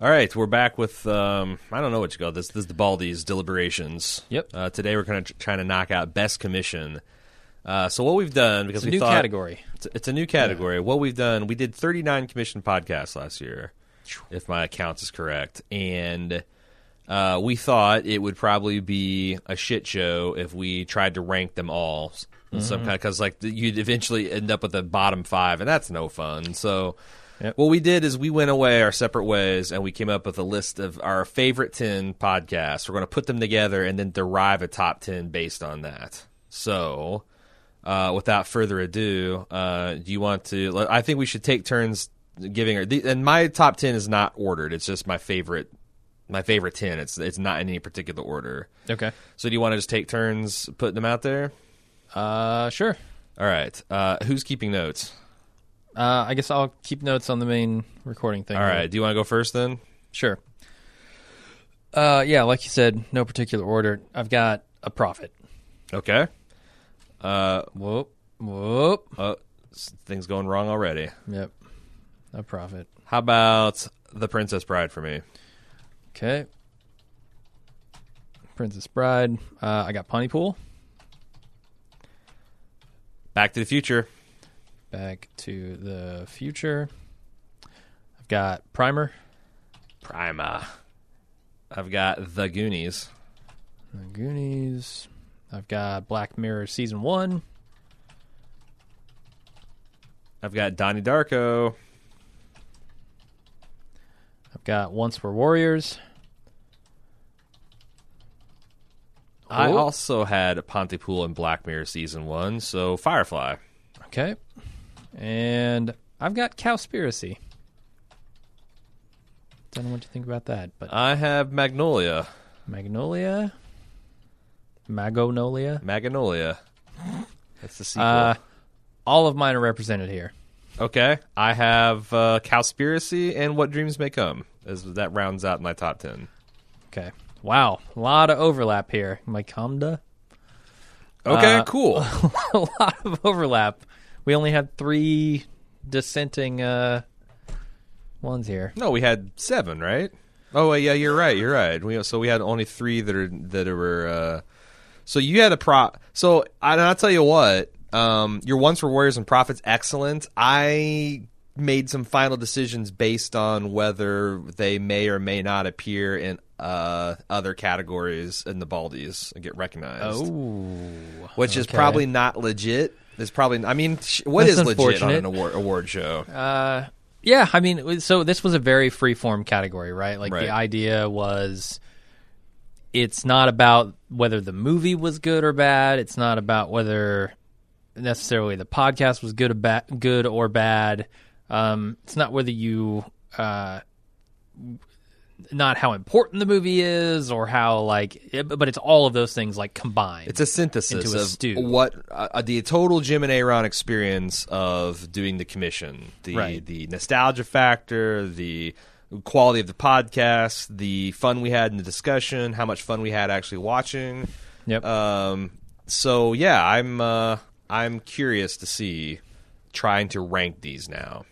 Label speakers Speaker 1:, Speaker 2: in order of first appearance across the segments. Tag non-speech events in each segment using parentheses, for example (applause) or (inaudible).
Speaker 1: All right, we're back with um, I don't know what you call this. This is the Baldi's deliberations.
Speaker 2: Yep.
Speaker 1: Uh, today we're kind of trying to knock out best commission. Uh, so what we've done because
Speaker 2: It's a
Speaker 1: we
Speaker 2: new
Speaker 1: thought-
Speaker 2: category.
Speaker 1: It's, it's a new category. What we've done, we did 39 commission podcasts last year, if my accounts is correct, and uh, we thought it would probably be a shit show if we tried to rank them all. in Some kind because like th- you'd eventually end up with the bottom five, and that's no fun. So,
Speaker 2: Yep.
Speaker 1: what we did is we went away our separate ways, and we came up with a list of our favorite ten podcasts. We're going to put them together and then derive a top ten based on that. So, uh, without further ado, uh, do you want to? let- I think we should take turns giving her. the- And my top ten is not ordered; it's just my favorite, my favorite ten. It's it's not in any particular order.
Speaker 2: Okay.
Speaker 1: So, do you want to just take turns putting them out there?
Speaker 2: Uh, sure.
Speaker 1: All right. Uh, who's keeping notes?
Speaker 2: Uh, I guess I'll keep notes on the main recording thing.
Speaker 1: All right. Do you want to go first then?
Speaker 2: Sure. Uh, yeah, like you said, no particular order. I've got a profit.
Speaker 1: Okay. Uh,
Speaker 2: Whoop. Whoop.
Speaker 1: oh, s- things going wrong already.
Speaker 2: Yep. A profit.
Speaker 1: How about the Princess Bride for me?
Speaker 2: Okay. Princess Bride. Uh, I got Pontypool.
Speaker 1: Back to the Future.
Speaker 2: Back to the Future. I've got Primer.
Speaker 1: Prima. I've got the Goonies.
Speaker 2: The Goonies. I've got Black Mirror Season 1.
Speaker 1: I've got Donnie Darko.
Speaker 2: I've got Once We're Warriors.
Speaker 1: I
Speaker 2: Oh.
Speaker 1: also had Pontypool and Black Mirror season one, so Firefly.
Speaker 2: Okay. And I've got Cowspiracy. Don't know what you think about that, but
Speaker 1: I have Magnolia.
Speaker 2: Magnolia. Magonolia.
Speaker 1: Magnolia. That's the sequel.
Speaker 2: Uh, all of mine are represented here.
Speaker 1: okay. I have uh, Cowspiracy and What Dreams May Come. As that rounds out my top ten.
Speaker 2: Okay. Wow. A lot of overlap here. (laughs) Myconda.
Speaker 1: Okay,
Speaker 2: Uh,
Speaker 1: cool.
Speaker 2: a lot of overlap. We only had three dissenting uh, ones here.
Speaker 1: No, we had seven, right? Oh, wait, yeah, you're right. You're right. We, so we had only three that are that were. Uh, so you had a prop. So I, and I'll tell you what. Um, your once were warriors and prophets excellent. I made some final decisions based on whether they may or may not appear in uh, other categories in the Baldies and get recognized. which is
Speaker 2: Oh, okay.
Speaker 1: probably not legit. It's probably. I mean, sh- what is
Speaker 2: That's
Speaker 1: legit on
Speaker 2: unfortunate.
Speaker 1: an award award show?
Speaker 2: Uh, yeah, I mean, it was- so this was a very free form category, right? Like
Speaker 1: Right.
Speaker 2: the idea was it's not about whether the movie was good or bad. It's not about whether necessarily the podcast was good or, ba- good or bad. Um, it's not whether you, uh, not how important the movie is or how like, it- but it's all of those things like combined.
Speaker 1: It's a synthesis
Speaker 2: into a
Speaker 1: of
Speaker 2: stew.
Speaker 1: what uh, the total Jim and Aaron experience of doing the commission, the
Speaker 2: Right.
Speaker 1: the nostalgia factor, the quality of the podcast, the fun we had in the discussion, how much fun we had actually watching.
Speaker 2: yep.
Speaker 1: Um, so yeah, I'm uh, I'm curious to see trying to rank these now.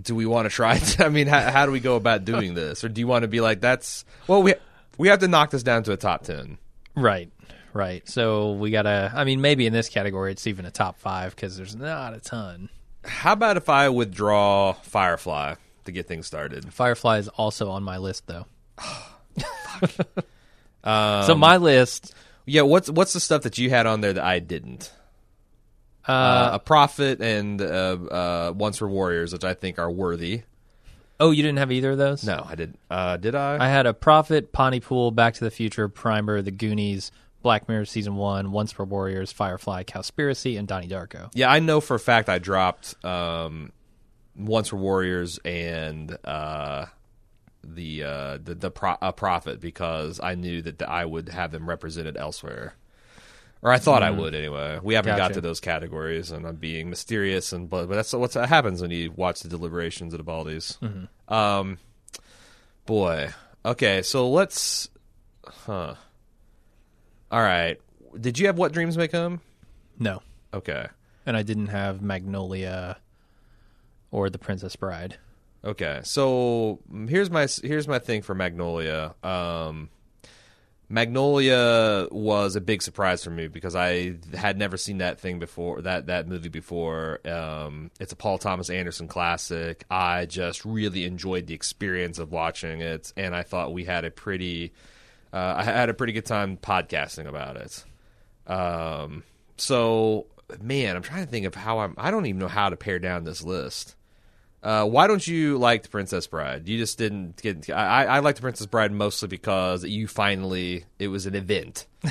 Speaker 1: Do we want to try? (laughs) I mean, how, how do we go about
Speaker 2: (laughs)
Speaker 1: doing this, or do you want to be like that's well we we have to knock this down to a top ten.
Speaker 2: Right, right. So we gotta. I mean, maybe in this category, it's even a top five because there's not a ton.
Speaker 1: How about if I withdraw Firefly to get things started?
Speaker 2: Firefly is also on my list, (sighs) though. (laughs) so my list,
Speaker 1: Yeah, what's what's the stuff that you had on there that I didn't?
Speaker 2: uh,
Speaker 1: Uh, a Prophet and uh, uh, Once Were Warriors, which I think are worthy.
Speaker 2: oh, you didn't have either of those.
Speaker 1: No, I didn't. Uh, did I?
Speaker 2: I had a Prophet, Pontypool, Back to the Future, Primer, The Goonies, Black Mirror season one, Once Were Warriors, Firefly, Cowspiracy, and Donnie Darko.
Speaker 1: Yeah, I know for a fact I dropped um, Once Were Warriors and uh, the uh, the the pro- uh, Prophet because I knew that I would have them represented elsewhere, or I thought I would anyway. We haven't got
Speaker 2: Gotcha.
Speaker 1: to those categories, and I'm being mysterious and blah, but that's what's, what happens when you watch the deliberations of the Baldies. Um, boy, okay, so let's, huh? All right, did you have what dreams may come?
Speaker 2: No,
Speaker 1: Okay.
Speaker 2: and I didn't have Magnolia or The Princess Bride.
Speaker 1: Okay, so mm, here's my here's my thing for Magnolia. Um, Magnolia was a big surprise for me because I had never seen that thing before that that movie before. Um, it's a Paul Thomas Anderson classic. I just really enjoyed the experience of watching it, and I thought we had a pretty uh, I had a pretty good time podcasting about it. Um, so man, I'm trying to think of how I'm. I don't even know how to pare down this list. Uh, why don't you like the Princess Bride? You just didn't get. I, I like the Princess Bride mostly because you finally it was an event.
Speaker 2: (laughs)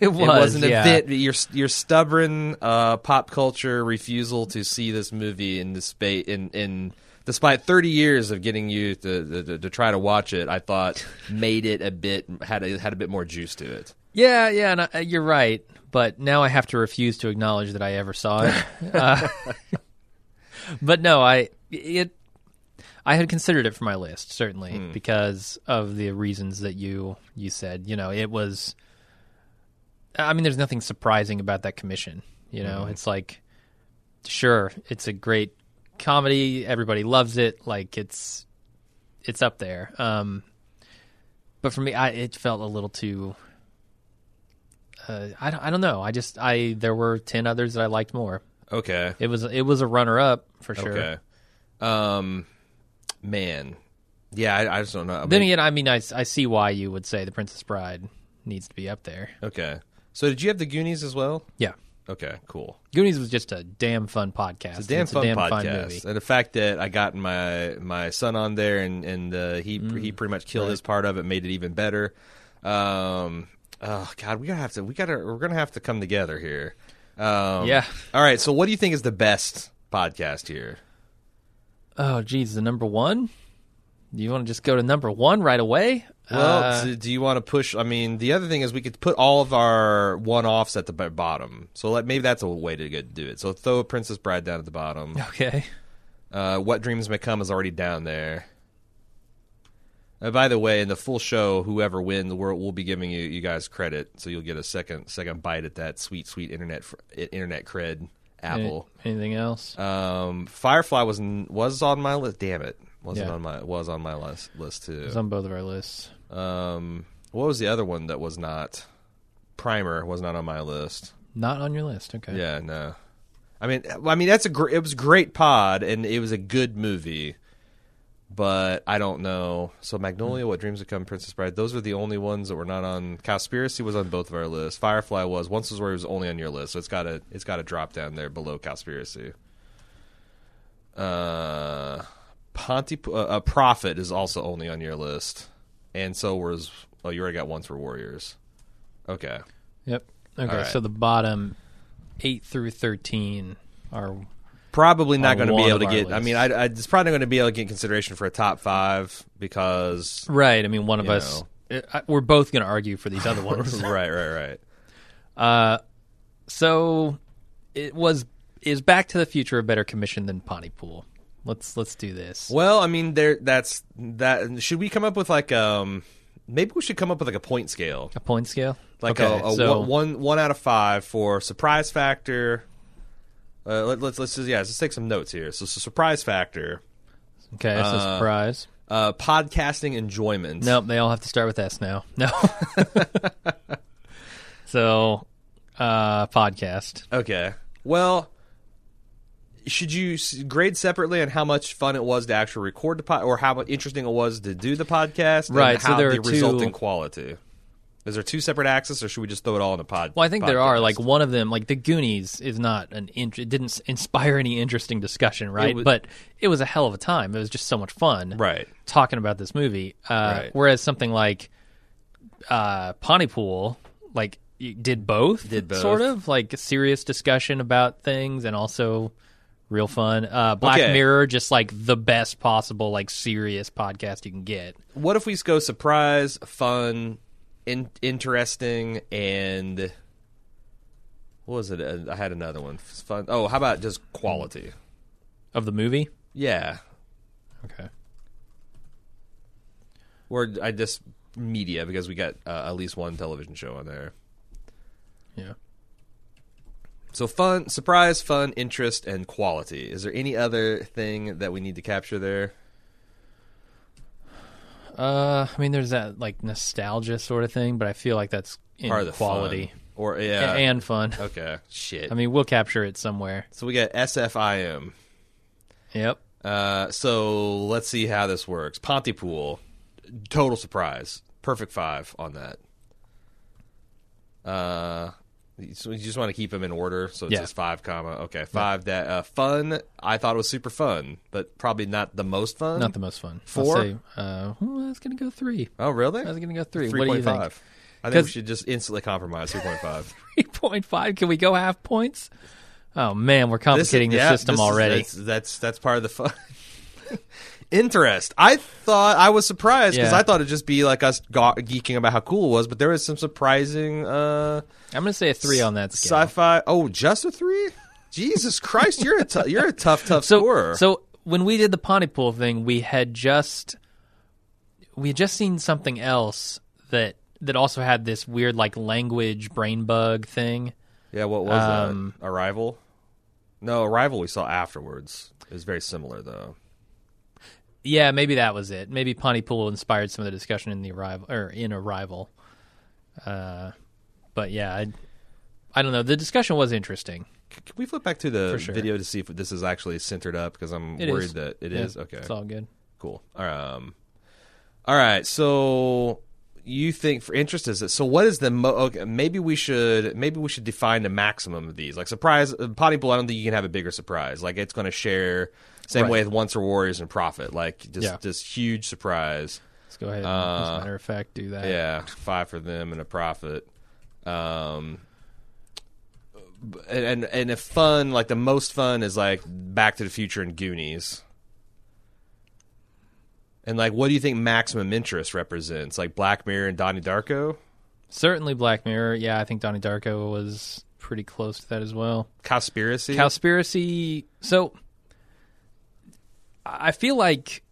Speaker 2: it was,
Speaker 1: it was an
Speaker 2: yeah.
Speaker 1: event. Your your stubborn uh, pop culture refusal to see this movie in this space in in despite 30 years of getting you to, to to try to watch it, I (laughs) thought made it a bit had a, had a bit more juice to it.
Speaker 2: Yeah, yeah, and I, uh, you're right. But now I have to refuse to acknowledge that I ever saw it. uh, (laughs) but no, I it I had considered it for my list certainly because of the reasons that you you said. You know, it was. I mean, there's nothing surprising about that commission. You know, it's like, sure, it's a great comedy. Everybody loves it. Like it's it's up there. Um, but for me, I it felt a little too. Uh, I don't, I don't know. I just I there were ten others that I liked more.
Speaker 1: Okay.
Speaker 2: It was it was a runner up for sure.
Speaker 1: Okay. Um, man, yeah, I, I just don't know. I
Speaker 2: Then
Speaker 1: mean,
Speaker 2: again, I mean, I, s- I see why you would say the Princess Bride needs to be up there.
Speaker 1: okay. So did you have the Goonies as well?
Speaker 2: Yeah,
Speaker 1: Okay, cool.
Speaker 2: Goonies was just a damn fun podcast.
Speaker 1: It's a damn
Speaker 2: It's
Speaker 1: fun
Speaker 2: damn
Speaker 1: podcast,
Speaker 2: fun movie.
Speaker 1: and the fact that I got my my son on there, and and uh, he he
Speaker 2: Mm,
Speaker 1: pretty much killed his part of it, made it even better. Um, oh God, we gotta have to we gotta we're gonna have to come together here. Um,
Speaker 2: Yeah.
Speaker 1: All right. So, what do you think is the best podcast here?
Speaker 2: Oh, geez, the number one. Do you want to just go to number one right away?
Speaker 1: Well,
Speaker 2: Uh,
Speaker 1: do, do you want to push? I mean, the other thing is we could put all of our one offs at the b- bottom. So let, maybe that's a way to get, do it. So throw Princess Bride down at the bottom.
Speaker 2: (laughs) okay.
Speaker 1: Uh, what Dreams May Come is already down there. Uh, by the way, in the full show, whoever wins, we're, we'll be giving you, you guys credit, so you'll get a second second bite at that sweet sweet internet fr- internet cred Apple.
Speaker 2: Any- anything else?
Speaker 1: Um, Firefly was n- was on my list. Damn it, wasn't
Speaker 2: Yeah.
Speaker 1: on my was on my list list too.
Speaker 2: It's on both of our lists.
Speaker 1: Um, what was the other one that was not? Primer was not on my list.
Speaker 2: Not on your list. Okay.
Speaker 1: Yeah, no. I mean, I mean that's a gr- it was a great pod and it was a good movie, but I don't know. So Magnolia, What Dreams Become, Princess Bride, those are the only ones that were not on. Cowspiracy was on both of our lists. Firefly was once was where it was only on your list, so it's got to it's got to drop down there below Cowspiracy. Uh, Ponty uh, uh, Prophet is also only on your list, and so was oh you already got once for Warriors. Okay.
Speaker 2: Yep. Okay.
Speaker 1: right.
Speaker 2: So the bottom eight through thirteen are
Speaker 1: probably not going
Speaker 2: on
Speaker 1: to be
Speaker 2: one
Speaker 1: able
Speaker 2: of
Speaker 1: to
Speaker 2: our
Speaker 1: get. I mean, I, I, it's probably going to be able to get consideration for a top five because (laughs)
Speaker 2: right. I mean, one of
Speaker 1: You
Speaker 2: us. eh,
Speaker 1: know.
Speaker 2: I- we're both going to argue for these
Speaker 1: (laughs)
Speaker 2: other ones.
Speaker 1: right, right, right.
Speaker 2: So it was is Back to the Future a better commission than Pontypool? Let's let's do this.
Speaker 1: Well, I mean, there. That's that. Should we come up with like um? Maybe we should come up with like a point scale,
Speaker 2: A point scale,
Speaker 1: like
Speaker 2: okay,
Speaker 1: a, a
Speaker 2: so
Speaker 1: one, one one out of five for surprise factor. Uh, let, let's let's just yeah, let's take some notes here. So, so surprise factor,
Speaker 2: okay, that's a surprise.
Speaker 1: uh, podcasting enjoyment.
Speaker 2: Nope, they all have to start with S now.
Speaker 1: (laughs)
Speaker 2: No. (laughs) so, uh, podcast.
Speaker 1: Okay. Well, should you s- grade separately on how much fun it was to actually record the pod, or how mu- interesting it was to do the podcast, and
Speaker 2: Right, so
Speaker 1: how
Speaker 2: there
Speaker 1: the
Speaker 2: are two-
Speaker 1: resulting quality. Is there two separate axes, or should we just throw it all in a pod?
Speaker 2: Well, I think there are
Speaker 1: podcast?
Speaker 2: like one of them, like the Goonies, is not an int- it didn't s- inspire any interesting discussion, right?
Speaker 1: was-
Speaker 2: but it was a hell of a time. It was just so much fun,
Speaker 1: right.
Speaker 2: talking about this movie. Uh,
Speaker 1: Right.
Speaker 2: Whereas something like uh, Pontypool, like you did both,
Speaker 1: Did both.
Speaker 2: sort of like serious discussion about things and also real fun. Uh, Black
Speaker 1: Okay.
Speaker 2: Mirror, just like the best possible like serious podcast you can get.
Speaker 1: What if we go surprise, fun, in- interesting, and what was it? Uh, I had another one. F- Fun. Oh, how about just quality?
Speaker 2: Of the movie,
Speaker 1: Yeah,
Speaker 2: okay.
Speaker 1: or I just media because we got uh, at least one television show on there.
Speaker 2: Yeah.
Speaker 1: So fun, surprise, fun, interest, and quality. Is there any other thing that we need to capture there?
Speaker 2: Uh, I mean, there's that like nostalgia sort of thing, but I feel like that's in
Speaker 1: Part of the fun.
Speaker 2: quality
Speaker 1: Or
Speaker 2: A-
Speaker 1: yeah.
Speaker 2: and fun.
Speaker 1: okay. Shit.
Speaker 2: I mean, we'll capture it somewhere.
Speaker 1: so we got SFIM.
Speaker 2: Yep.
Speaker 1: Uh, so let's see how this works. Pontypool, total surprise. Perfect five on that. Uh, so you just want to keep them in order, so it's
Speaker 2: Yeah.
Speaker 1: just five comma. Okay, five that uh, fun. I thought it was super fun, but probably not the most fun.
Speaker 2: Not the most fun. I'll
Speaker 1: Four?
Speaker 2: say, uh, well, that's gonna go three.
Speaker 1: oh, really?
Speaker 2: I was gonna go three. What do you think?
Speaker 1: 3.5. I think we
Speaker 2: 'Cause-
Speaker 1: should just instantly compromise three point five.
Speaker 2: (laughs) Three point five. Can we go half points? Oh man, we're complicating the system already.
Speaker 1: That's, that's that's part of the fun. (laughs) Interest. I thought I was surprised because
Speaker 2: Yeah.
Speaker 1: I thought it'd just be like us go- geeking about how cool it was, but there was some surprising uh,
Speaker 2: I'm gonna say a three on that scale.
Speaker 1: sci-fi. Oh, just a three. Jesus Christ, you're a t- you're a tough tough
Speaker 2: (laughs) so
Speaker 1: scorer.
Speaker 2: so when we did the Pontypool thing, we had just we had just seen something else that that also had this weird like language brain bug thing.
Speaker 1: yeah, what was
Speaker 2: um,
Speaker 1: that? Arrival. No, Arrival we saw afterwards. It was very similar though.
Speaker 2: Yeah, maybe that was it. Maybe Pontypool inspired some of the discussion in the arrival or in arrival. Uh, but yeah, I, I don't know. The discussion was interesting.
Speaker 1: C- Can we flip back to the
Speaker 2: sure.
Speaker 1: video to see if this is actually centered up? Because I'm
Speaker 2: It is.
Speaker 1: worried that it is.
Speaker 2: Yeah,
Speaker 1: Okay,
Speaker 2: it's all good.
Speaker 1: Cool. Um, all right. So you think for interest is it? So what is the mo- okay, maybe we should maybe we should define the maximum of these. Like surprise uh, potty pool. I don't think you can have a bigger surprise. Like it's going to share same
Speaker 2: Right.
Speaker 1: way with once or warriors and profit. Like just
Speaker 2: Yeah.
Speaker 1: just huge surprise.
Speaker 2: Let's go ahead. and, as a matter of fact, do that.
Speaker 1: Uh, Yeah, five for them and a profit. Um, b- and and and if fun like the most fun is like Back to the Future and Goonies. And like, what do you think maximum interest represents? Like Black Mirror and Donnie Darko,
Speaker 2: Certainly, Black Mirror. Yeah, I think Donnie Darko was pretty close to that as well.
Speaker 1: Cowspiracy.
Speaker 2: Cowspiracy. So I feel like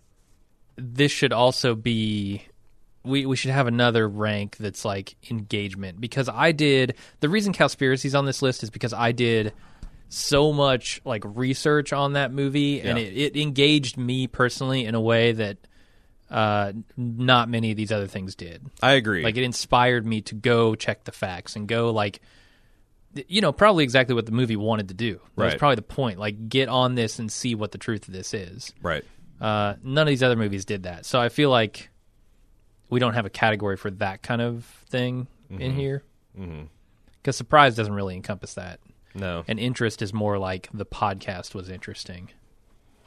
Speaker 2: this should also be we we should have another rank that's like engagement because I did the reason Cowspiracy's on this list is because I did so much like research on that movie and
Speaker 1: Yeah.
Speaker 2: it, it engaged me personally in a way that uh not many of these other things did.
Speaker 1: I agree.
Speaker 2: Like it inspired me to go check the facts and go like th- you know, probably exactly what the movie wanted to do. That was
Speaker 1: Right.
Speaker 2: probably the point. Like get on this and see what the truth of this is.
Speaker 1: right.
Speaker 2: Uh, none of these other movies did that. So I feel like we don't have a category for that kind of thing in here. Because surprise doesn't really encompass that.
Speaker 1: No.
Speaker 2: And interest is more like the podcast was interesting.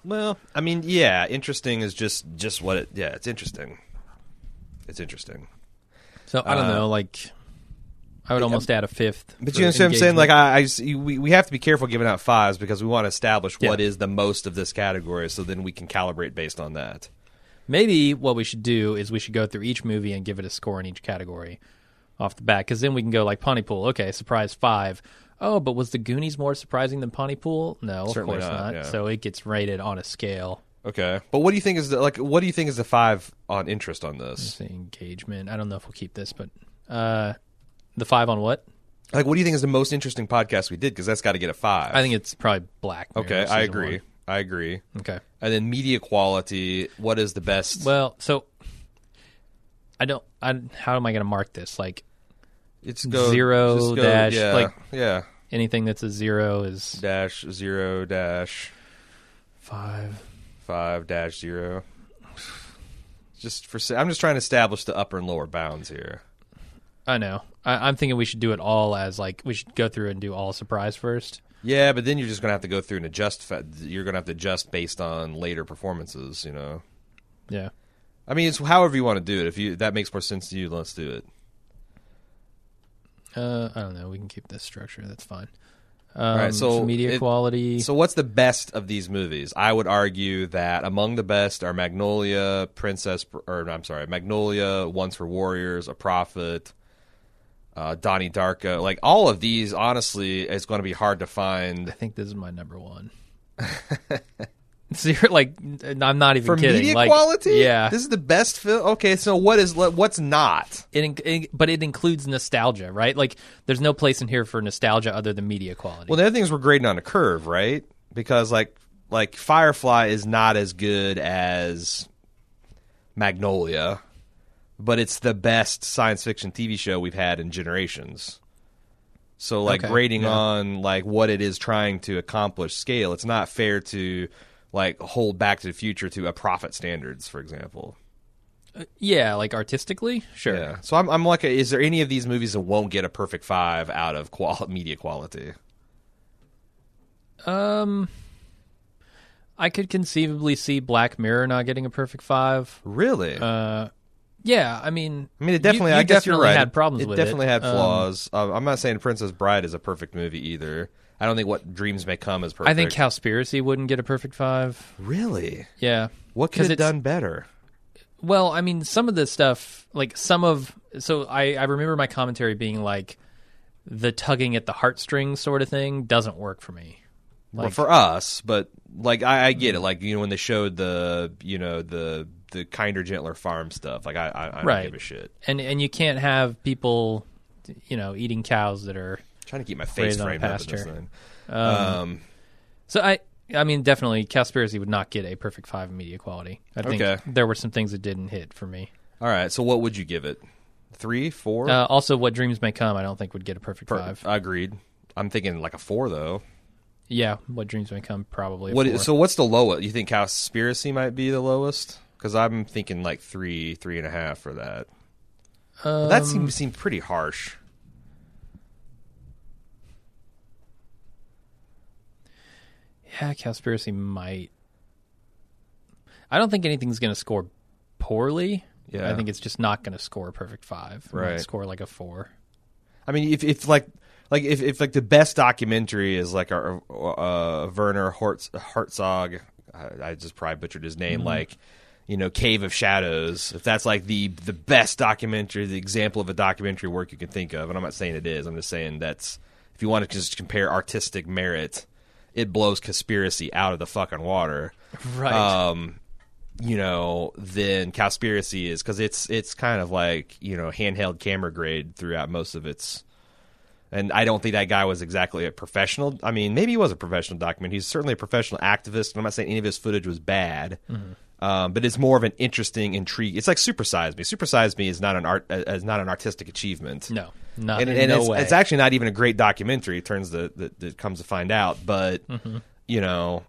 Speaker 1: Well, I mean, yeah, interesting is just just what it. Yeah, it's interesting. It's interesting.
Speaker 2: So I don't know, like I would almost add a fifth.
Speaker 1: But
Speaker 2: for
Speaker 1: you understand what I'm saying?
Speaker 2: engagement.
Speaker 1: Like, I, I s- you- we, we have to be careful giving out fives because we want to establish what
Speaker 2: Yeah.
Speaker 1: is the most of this category, so then we can calibrate based on that.
Speaker 2: Maybe what we should do is we should go through each movie and give it a score in each category off the bat, because then we can go like Pontypool. Okay, surprise five. Oh, but was the Goonies more surprising than Pontypool? No,
Speaker 1: Certainly
Speaker 2: of course
Speaker 1: not,
Speaker 2: not.
Speaker 1: yeah.
Speaker 2: So it gets rated on a scale.
Speaker 1: Okay, but what do you think is the, like? What do you think is the five on interest on
Speaker 2: Say
Speaker 1: this?
Speaker 2: Engagement. I don't know if we'll keep this, but uh, the five on what?
Speaker 1: Like, what do you think is the most interesting podcast we did? Because that's got to get a five.
Speaker 2: Mm. I think it's probably Black. Mirror,
Speaker 1: Okay, I
Speaker 2: season
Speaker 1: agree.
Speaker 2: one.
Speaker 1: I agree.
Speaker 2: Okay.
Speaker 1: And then media quality. What is the best?
Speaker 2: Well, so I don't. I how am I going to mark this? Like
Speaker 1: it's go
Speaker 2: zero
Speaker 1: just go-
Speaker 2: dash,
Speaker 1: yeah,
Speaker 2: like-
Speaker 1: yeah
Speaker 2: anything that's a zero is
Speaker 1: dash zero dash
Speaker 2: five.
Speaker 1: five dash zero. Just for sa- I'm just trying to establish the upper and lower bounds here.
Speaker 2: I know. I, I'm thinking we should do it all as like we should go through and do all surprise first.
Speaker 1: Yeah, but then you're just gonna have to go through and adjust. Fa- you're gonna have to adjust based on later performances. You know,
Speaker 2: Yeah.
Speaker 1: I mean, it's however you want to do it. If you that makes more sense to you, let's do it.
Speaker 2: Uh, I don't know. We can keep this structure. That's fine. Um,
Speaker 1: right, so
Speaker 2: media
Speaker 1: it-
Speaker 2: quality.
Speaker 1: So, what's the best of these movies? I would argue that among the best are Magnolia, Princess, Br- or I'm sorry, Magnolia, Once for Warriors, A Prophet, uh, Donnie Darko. Like all of these, honestly, it's going to be hard to
Speaker 2: I
Speaker 1: find.
Speaker 2: think this is my number one. (laughs) so you're like, n- I'm not even
Speaker 1: For
Speaker 2: kidding.
Speaker 1: media
Speaker 2: like,
Speaker 1: quality,
Speaker 2: yeah.
Speaker 1: this is the best film. Okay, so what is what's not?
Speaker 2: it, in- it- but it includes nostalgia, right? Like, there's no place in here for nostalgia other than media quality.
Speaker 1: Well, the other things we're grading on a curve, right? Because like like Firefly is not as good as Magnolia, but it's the best science fiction TV show we've had in generations. So like
Speaker 2: Okay,
Speaker 1: grading
Speaker 2: yeah.
Speaker 1: on like what it is trying to accomplish scale, it's not fair to like hold Back to the Future to a profit standards, for example.
Speaker 2: Yeah, like artistically, sure.
Speaker 1: Yeah. So I'm I'm like, is there any of these movies that won't get a perfect five out of qual- (laughs) media quality?
Speaker 2: Um, I could conceivably see Black Mirror not getting a perfect five.
Speaker 1: Really?
Speaker 2: Uh, yeah, I mean,
Speaker 1: I mean, it
Speaker 2: you-
Speaker 1: definitely.
Speaker 2: you
Speaker 1: I guess you're
Speaker 2: definitely
Speaker 1: right.
Speaker 2: Had problems
Speaker 1: it
Speaker 2: with
Speaker 1: definitely
Speaker 2: it.
Speaker 1: had
Speaker 2: Um,
Speaker 1: flaws. Um, I'm not saying Princess Bride is a perfect movie either. I don't think What Dreams May Come is perfect.
Speaker 2: I think Cowspiracy wouldn't get a perfect five.
Speaker 1: really,
Speaker 2: Yeah.
Speaker 1: what could
Speaker 2: 'Cause
Speaker 1: have
Speaker 2: it's-
Speaker 1: done better?
Speaker 2: Well, I mean, some of the stuff, like some of, so I, I remember my commentary being like, the tugging at the heartstrings sort of thing doesn't work for me.
Speaker 1: well, for us, but like I, I get it. Like you know when they showed the you know the the kinder, gentler farm stuff. Like I I, I
Speaker 2: Right.
Speaker 1: don't give a shit.
Speaker 2: And and you can't have people, you know, eating cows that are.
Speaker 1: trying to keep my face
Speaker 2: Raised on
Speaker 1: framed up in this
Speaker 2: pasture.
Speaker 1: thing. um,
Speaker 2: So I I mean, definitely, Cowspiracy would not get a perfect five in media quality. I think
Speaker 1: Okay.
Speaker 2: there were some things that didn't hit for me.
Speaker 1: all right. So what would you give it? Three, four?
Speaker 2: Uh, also, What Dreams May Come, I don't think would get a perfect
Speaker 1: Per-
Speaker 2: five.
Speaker 1: Agreed. I'm thinking like a four though.
Speaker 2: Yeah, What Dreams May Come probably. a
Speaker 1: What
Speaker 2: four.
Speaker 1: so what's the lowest? You think conspiracy might be the lowest? Because I'm thinking like three, three and a half for that. But that
Speaker 2: Um,
Speaker 1: seems seemed pretty harsh.
Speaker 2: Yeah, Cowspiracy might. I don't think anything's going to score poorly.
Speaker 1: Yeah.
Speaker 2: I think it's just not going to score a perfect five. It might
Speaker 1: Right.
Speaker 2: score like a four.
Speaker 1: I mean, if if like like if, if like the best documentary is like our uh, Werner Hertz, Herzog, I, I just probably butchered his name. Like you know, Cave of Shadows. If that's like the the best documentary, the example of a documentary work you can think of, and I'm not saying it is. I'm just saying that's if you want to just compare artistic merit, it blows conspiracy out of the fucking water
Speaker 2: Right.
Speaker 1: um you know then conspiracy is because it's it's kind of like you know handheld camera grade throughout most of its and i don't think that guy was exactly a professional i mean maybe he was a professional document he's certainly a professional activist and i'm not saying any of his footage was bad um, but it's more of an interesting intrigue it's like supersize me supersize me is not an art uh, is not an artistic achievement
Speaker 2: no, not
Speaker 1: and,
Speaker 2: Uh, in
Speaker 1: and
Speaker 2: no
Speaker 1: it's,
Speaker 2: way.
Speaker 1: it's actually not even a great documentary. It turns the that that comes to find out, but
Speaker 2: Mm-hmm.
Speaker 1: you know,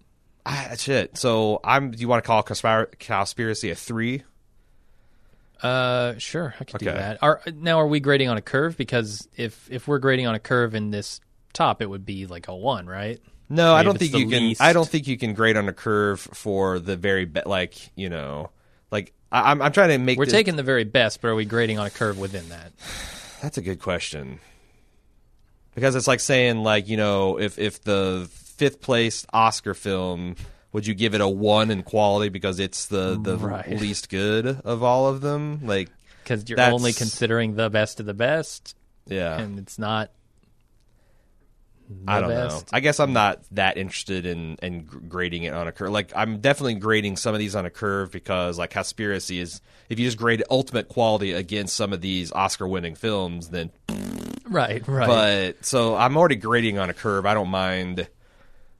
Speaker 1: ah, shit. So I'm. Do you want to call conspir- conspiracy a three?
Speaker 2: uh, sure, I could do
Speaker 1: Okay.
Speaker 2: that. Are now are we grading on a curve? Because if if we're grading on a curve in this top, it would be like a one, right?
Speaker 1: No, I
Speaker 2: Maybe
Speaker 1: don't
Speaker 2: it's
Speaker 1: think
Speaker 2: the
Speaker 1: you can.
Speaker 2: least.
Speaker 1: I don't think you can grade on a curve for the very be- like you know, like I, I'm. I'm trying to make.
Speaker 2: We're
Speaker 1: this-
Speaker 2: taking the very best, but are we grading on a curve within that?
Speaker 1: That's a good question. Because it's like saying like you know if if the fifth place Oscar film. Would you give it a one in quality because it's the, the
Speaker 2: Right.
Speaker 1: least good of all of them? Like,
Speaker 2: Because you're
Speaker 1: That's-
Speaker 2: only considering the best of the best,
Speaker 1: Yeah.
Speaker 2: and it's not. the
Speaker 1: I don't know.
Speaker 2: best.
Speaker 1: I guess I'm not that interested in in gr- grading it on a curve. Like I'm definitely grading some of these on a curve because like Conspiracy is if you just grade ultimate quality against some of these Oscar winning films then
Speaker 2: Right, right.
Speaker 1: but so I'm already grading on a curve. I don't mind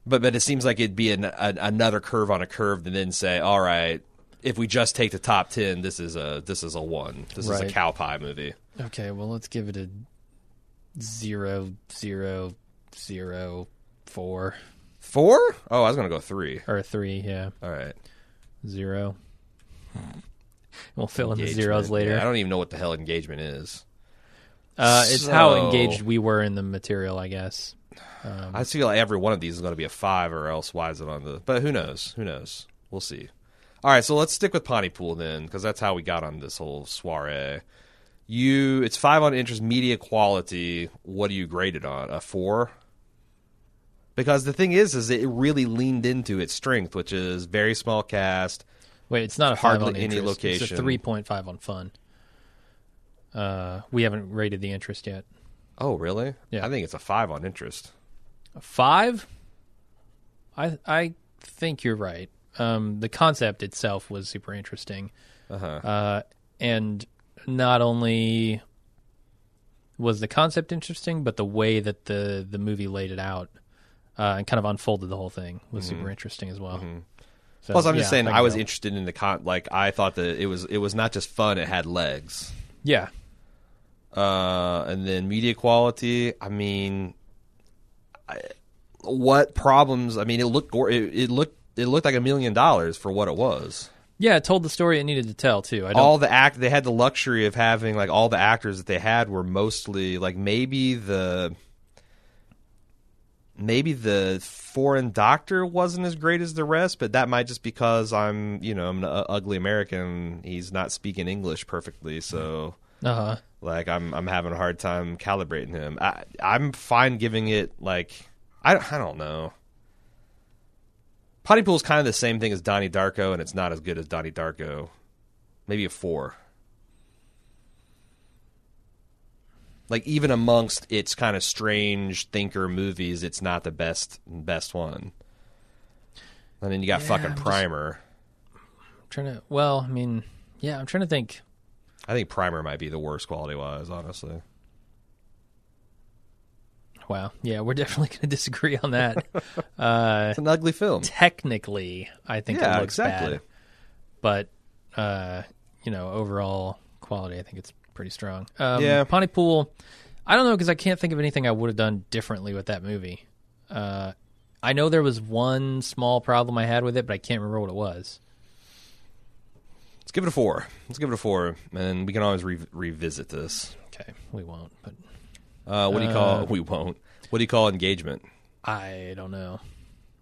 Speaker 1: but but it seems like it'd be an, an, another curve on a curve and then say all right if we just take the top 10 this is a this is a 1. This is a
Speaker 2: Right.
Speaker 1: cow pie movie.
Speaker 2: Okay, well, let's give it a zero, zero, zero, four
Speaker 1: 4? Oh, I was going to go 3.
Speaker 2: or a three. Yeah,
Speaker 1: All right.
Speaker 2: zero. We'll fill in the
Speaker 1: Engagement.
Speaker 2: zeros later.
Speaker 1: Yeah, I don't even know what the hell engagement is.
Speaker 2: uh, it's how
Speaker 1: So-
Speaker 2: engaged we were in the material, I guess.
Speaker 1: I just feel like every one of these is going to be a five, or else why is it on the? But who knows? Who knows? We'll see. All right, so let's stick with Pontypool then, because that's how we got on this whole soiree. You, it's five on interest media quality. What do you grade it on? A four? Because the thing is, is it really leaned into its strength, which is very small cast.
Speaker 2: Wait, it's not a five
Speaker 1: Hardly
Speaker 2: on
Speaker 1: any
Speaker 2: interest. It's a
Speaker 1: location.
Speaker 2: three point five on fun. Uh, we haven't rated the interest yet.
Speaker 1: Oh, really?
Speaker 2: Yeah.
Speaker 1: I think it's a five on interest.
Speaker 2: A five. I I think you're right. Um, the concept itself was super interesting.
Speaker 1: Uh-huh.
Speaker 2: Uh, and not only was the concept interesting, but the way that the the movie laid it out uh, and kind of unfolded the whole thing was super interesting as well. So,
Speaker 1: Mm-hmm. Plus, I'm
Speaker 2: yeah,
Speaker 1: just saying
Speaker 2: I
Speaker 1: I was
Speaker 2: know.
Speaker 1: interested in the con. Like I thought that it was it was not just fun; it had legs.
Speaker 2: yeah,
Speaker 1: Uh, and then media quality. I mean, I, what problems? I mean, it looked gore. It, it looked it looked like a million dollars for what it was.
Speaker 2: yeah. It told the story it needed to tell too. I don't.
Speaker 1: all the act they had the luxury of having like all the actors that they had were mostly like maybe the maybe the foreign doctor wasn't as great as the rest but that might just because i'm you know i'm an u- ugly american he's not speaking english perfectly so
Speaker 2: uh-huh.
Speaker 1: like i'm i'm having a hard time calibrating him i i'm fine giving it like i, I don't know potty pool's kind of the same thing as donnie darko and it's not as good as donnie darko maybe a four like even amongst its kind of strange thinker movies it's not the best best one and then you got fucking primer
Speaker 2: I'm trying to. Well, I mean, yeah. I'm trying to think.
Speaker 1: i think primer might be the worst quality wise honestly
Speaker 2: Wow. Yeah, we're (laughs) definitely going to disagree on that.
Speaker 1: (laughs)
Speaker 2: uh,
Speaker 1: it's an ugly film
Speaker 2: technically, I think
Speaker 1: yeah
Speaker 2: it looks
Speaker 1: exactly
Speaker 2: bad, but uh, you know, overall quality, I think it's pretty strong. Um,
Speaker 1: Yeah.
Speaker 2: Pontypool. I don't know because I can't think of anything I would have done differently with that movie. Uh, I know there was one small problem I had with it, but I can't remember what it was.
Speaker 1: Let's give it a four. Let's give it a four, and we can always re- revisit this.
Speaker 2: Okay, we won't. But
Speaker 1: Uh, what do you call? (laughs) we won't. What do you call engagement?
Speaker 2: I don't know.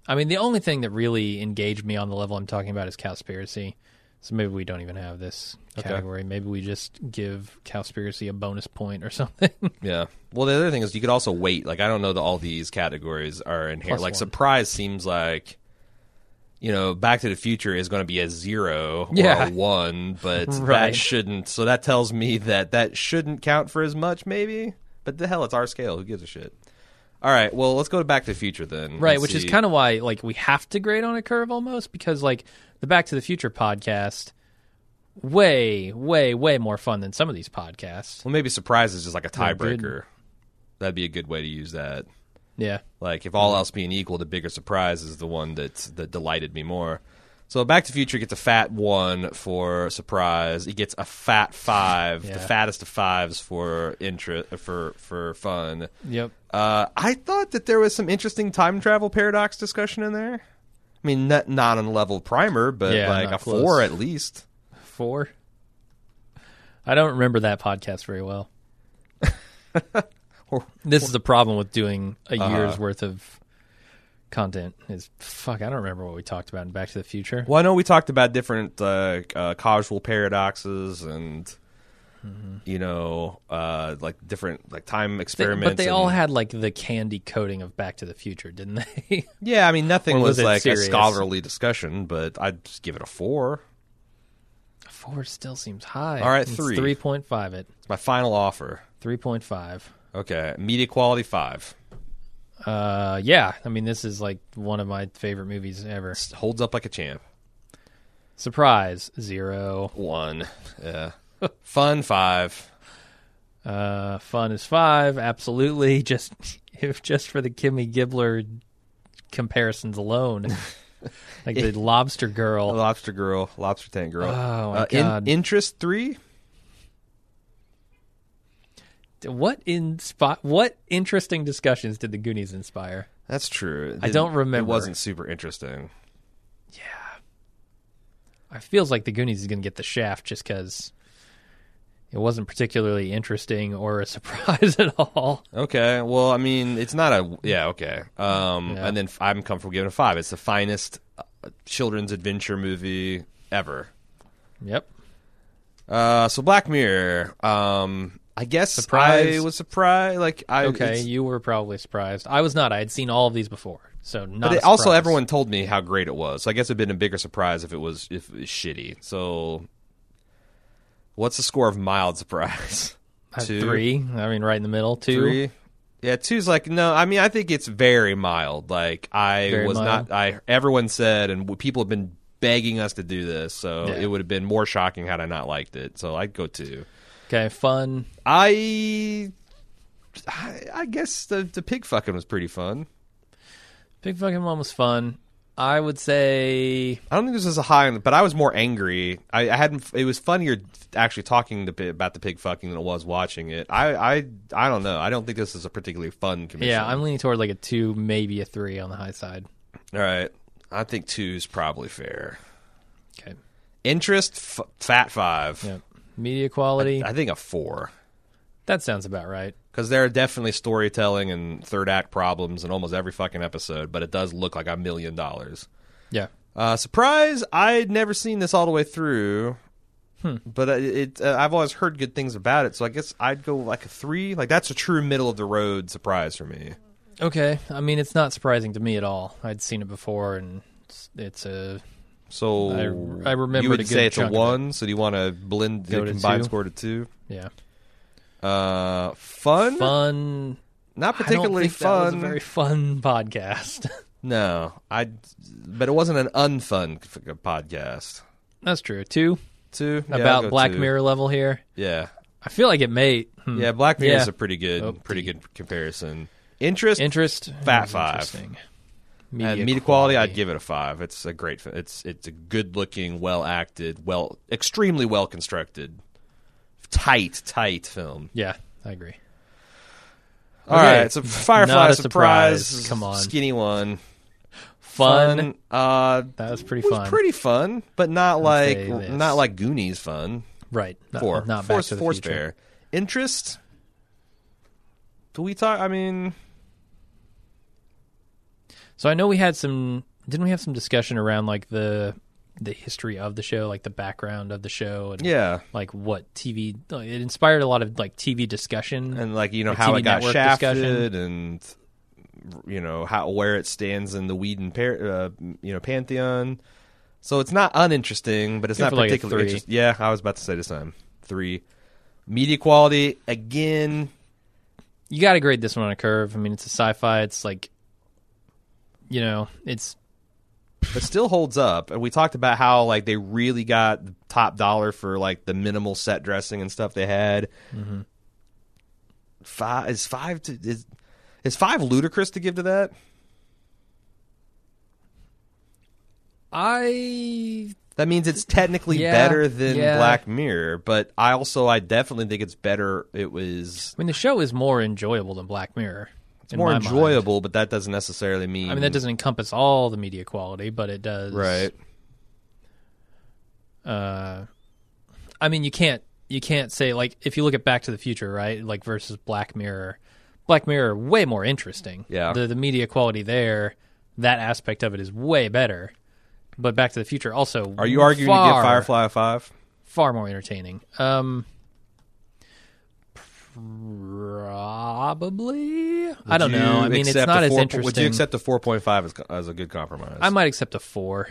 Speaker 2: I mean, the only thing that really engaged me on the level I'm talking about is Cowspiracy. So maybe we don't even have this
Speaker 1: Okay.
Speaker 2: category. Maybe we just give Cowspiracy a bonus point or (laughs) something.
Speaker 1: Yeah. Well, the other thing is you could also wait. Like I don't know that all these categories are inherent.
Speaker 2: Plus
Speaker 1: like
Speaker 2: one.
Speaker 1: surprise seems like, you know, Back to the Future is going to be a zero
Speaker 2: Yeah.
Speaker 1: or a (laughs) one,
Speaker 2: (laughs)
Speaker 1: but
Speaker 2: Right.
Speaker 1: that shouldn't. So that tells me that that shouldn't count for as much, maybe. But the hell, it's our scale. Who gives a shit? All right. Well, let's go to Back to the Future then.
Speaker 2: right, which is kind of why like we have to grade on a curve almost because like the Back to the Future podcast way way way more fun than some of these podcasts.
Speaker 1: Well, maybe surprise is just like a
Speaker 2: Yeah, good.
Speaker 1: tiebreaker. That'd be a good way to use that.
Speaker 2: Yeah.
Speaker 1: Like if
Speaker 2: Mm-hmm.
Speaker 1: all else being equal, the bigger surprise is the one that's that delighted me more. So Back to the Future gets a fat one for surprise. It gets a fat five, the
Speaker 2: Yeah.
Speaker 1: fattest of fives for interest for for fun.
Speaker 2: Yep.
Speaker 1: Uh, I thought that there was some interesting time travel paradox discussion in there. I mean, not not on the level of primer, but
Speaker 2: Yeah,
Speaker 1: like
Speaker 2: not
Speaker 1: a
Speaker 2: close.
Speaker 1: four at least.
Speaker 2: 4. I don't remember that podcast very well.
Speaker 1: (laughs) Or- Uh-huh.
Speaker 2: this is the problem with doing a year's worth of content is fuck i don't remember what we talked about in back to the future
Speaker 1: Well, I know we talked about different uh, uh, causal paradoxes and you know, uh, like different like time
Speaker 2: They-
Speaker 1: experiments.
Speaker 2: but they all
Speaker 1: and-
Speaker 2: had like the candy coating of back to the future didn't they (laughs)
Speaker 1: yeah. I mean, nothing
Speaker 2: Or was
Speaker 1: was,
Speaker 2: it
Speaker 1: like
Speaker 2: serious?
Speaker 1: a scholarly discussion, but I'd just give it a four.
Speaker 2: four still seems high
Speaker 1: All right,
Speaker 2: It's
Speaker 1: three.
Speaker 2: 3.5 it
Speaker 1: It's my final offer.
Speaker 2: 3.5
Speaker 1: Okay, media quality five
Speaker 2: uh yeah i mean this is like one of my favorite movies ever
Speaker 1: S- holds up like a champ.
Speaker 2: surprise zero
Speaker 1: One, yeah, (laughs) fun five.
Speaker 2: uh fun is five absolutely (laughs) just if just for the kimmy gibbler
Speaker 1: (laughs)
Speaker 2: comparisons alone like the lobster girl
Speaker 1: Lobster girl, lobster tank girl.
Speaker 2: Oh, my
Speaker 1: Uh, in-
Speaker 2: God.
Speaker 1: interest three.
Speaker 2: What inspi- What interesting discussions did the Goonies inspire?
Speaker 1: That's true.
Speaker 2: I don't
Speaker 1: It-
Speaker 2: remember.
Speaker 1: It wasn't super interesting.
Speaker 2: I feels like the Goonies is going to get the shaft just because it wasn't particularly interesting or a (laughs) surprise at all.
Speaker 1: Okay. Well, I mean, it's not a yeah. Okay. Um,
Speaker 2: Yeah.
Speaker 1: and then f- I'm comfortable giving it a five. It's the finest uh, children's adventure movie ever.
Speaker 2: Yep.
Speaker 1: Uh, so Black Mirror. Um, I guess
Speaker 2: Surprise.
Speaker 1: I was surprised. Like I
Speaker 2: Okay,
Speaker 1: it's-
Speaker 2: you were probably surprised. I was not. I had seen all of these before, so not.
Speaker 1: But
Speaker 2: a
Speaker 1: it, also,
Speaker 2: surprise.
Speaker 1: everyone told me how great it was. So I guess it'd been a bigger surprise if it was if it was shitty. So, what's the score of mild surprise? (laughs)
Speaker 2: I had
Speaker 1: Two?
Speaker 2: three. I mean, right in the middle. Two.
Speaker 1: Three. Yeah, two's like no. I mean, I think it's very mild. Like I
Speaker 2: Very
Speaker 1: was
Speaker 2: mild.
Speaker 1: not. I everyone said, and w- people have been begging us to do this, so
Speaker 2: Yeah.
Speaker 1: it would have been more shocking had I not liked it. So I'd go two.
Speaker 2: Okay, fun.
Speaker 1: I, I, I guess the the pig fucking was pretty fun.
Speaker 2: Big fucking one was fun. I would say
Speaker 1: I don't think this is a high, on- but I was more angry. I, I hadn't. It was funnier actually talking to, pi- about the pig fucking than it was watching it. I, I, I don't know. I don't think this is a particularly fun commission.
Speaker 2: yeah, I'm leaning toward like a two, maybe a three on the high side.
Speaker 1: All right. I think two's probably fair.
Speaker 2: Okay.
Speaker 1: Interest, f- fat five.
Speaker 2: Yeah. Media quality.
Speaker 1: I think a four
Speaker 2: that sounds about right.
Speaker 1: because there are definitely storytelling and third act problems in almost every fucking episode, but it does look like a million dollars.
Speaker 2: Yeah.
Speaker 1: Uh, surprise! I'd never seen this all the way through,
Speaker 2: Hmm.
Speaker 1: but uh, it, uh, I've always heard good things about it. So I guess I'd go like a three. Like that's a true middle of the road surprise for me.
Speaker 2: Okay. I mean, it's not surprising to me at all. I'd seen it before, and it's, it's a
Speaker 1: So
Speaker 2: I- I remembered
Speaker 1: you would
Speaker 2: a good
Speaker 1: say it's a
Speaker 2: chunk of it.
Speaker 1: one. So do you want to blend the
Speaker 2: Go to
Speaker 1: combined
Speaker 2: two.
Speaker 1: score to two?
Speaker 2: yeah
Speaker 1: Uh, fun?
Speaker 2: fun.
Speaker 1: Not
Speaker 2: I don't
Speaker 1: particularly
Speaker 2: think that was
Speaker 1: fun.
Speaker 2: a very fun (laughs) podcast.
Speaker 1: No, I. But it wasn't an unfun f- uh, podcast.
Speaker 2: That's true. Two
Speaker 1: Two yeah, I'll
Speaker 2: about
Speaker 1: go
Speaker 2: Black
Speaker 1: two.
Speaker 2: Mirror level here.
Speaker 1: Yeah,
Speaker 2: I feel like it may. hmm.
Speaker 1: yeah. Black Mirror is
Speaker 2: Yeah.
Speaker 1: a pretty good,
Speaker 2: Oh,
Speaker 1: pretty
Speaker 2: D.
Speaker 1: good comparison. Interest,
Speaker 2: Interest.
Speaker 1: Fat
Speaker 2: That's
Speaker 1: five.
Speaker 2: Interesting.
Speaker 1: media,
Speaker 2: Media,
Speaker 1: media quality, I'd give it a five. It's a great. fi- It's it's a good looking, well acted, well extremely well constructed, tight, tight film.
Speaker 2: Yeah, I agree.
Speaker 1: All right, it's a Firefly
Speaker 2: Not a
Speaker 1: surprise.
Speaker 2: surprise. Come on.
Speaker 1: skinny one.
Speaker 2: Fun.
Speaker 1: Uh,
Speaker 2: That was
Speaker 1: it
Speaker 2: pretty
Speaker 1: was
Speaker 2: fun.
Speaker 1: pretty fun, but not like
Speaker 2: say this.
Speaker 1: not like Goonies fun.
Speaker 2: right. Not,
Speaker 1: Four.
Speaker 2: Not
Speaker 1: Four's-
Speaker 2: back to the
Speaker 1: four's
Speaker 2: future.
Speaker 1: fair. Interest. Do we talk? I mean,
Speaker 2: So I know we had some. Didn't we have some discussion around like the the history of the show, like the background of the show, and
Speaker 1: yeah,
Speaker 2: like what TV? Like, it inspired a lot of like TV discussion.
Speaker 1: and like you know
Speaker 2: Like
Speaker 1: how
Speaker 2: TV
Speaker 1: it got
Speaker 2: network
Speaker 1: shafted, and you know how where it stands in the Whedon, par- uh, you know, pantheon. So it's not uninteresting, but it's
Speaker 2: Good
Speaker 1: not
Speaker 2: for, like, a
Speaker 1: particularly
Speaker 2: three.
Speaker 1: interest- Yeah, I was about to say the same. Three. Media quality again.
Speaker 2: you got to grade this one on a curve. I mean, it's a sci-fi. It's like, you know, it's
Speaker 1: but still holds up. And we talked about how like they really got top dollar for like the minimal set dressing and stuff they had.
Speaker 2: Mm-hmm.
Speaker 1: Five is five to, is is five ludicrous to give to that?
Speaker 2: I
Speaker 1: That means it's technically
Speaker 2: Yeah,
Speaker 1: better than
Speaker 2: yeah.
Speaker 1: Black Mirror, but I also I definitely think it's better. It was
Speaker 2: I mean, the show is more enjoyable than Black Mirror.
Speaker 1: it's more enjoyable, but that doesn't necessarily mean
Speaker 2: I mean, that doesn't encompass all the media quality, but it does.
Speaker 1: right.
Speaker 2: Uh, I mean, you can't you can't say like if you look at Back to the Future, right? Like versus Black Mirror. Black Mirror way more interesting.
Speaker 1: Yeah.
Speaker 2: The the media quality there, that aspect of it is way better. But Back to the Future also.
Speaker 1: Are you arguing to give
Speaker 2: far-
Speaker 1: Firefly a five?
Speaker 2: far more entertaining. Um, probably. I don't
Speaker 1: Would you
Speaker 2: know. I mean, it's
Speaker 1: accept
Speaker 2: not
Speaker 1: a
Speaker 2: as
Speaker 1: four-
Speaker 2: interesting.
Speaker 1: Would you accept a four point five as, as a good compromise?
Speaker 2: I might accept a four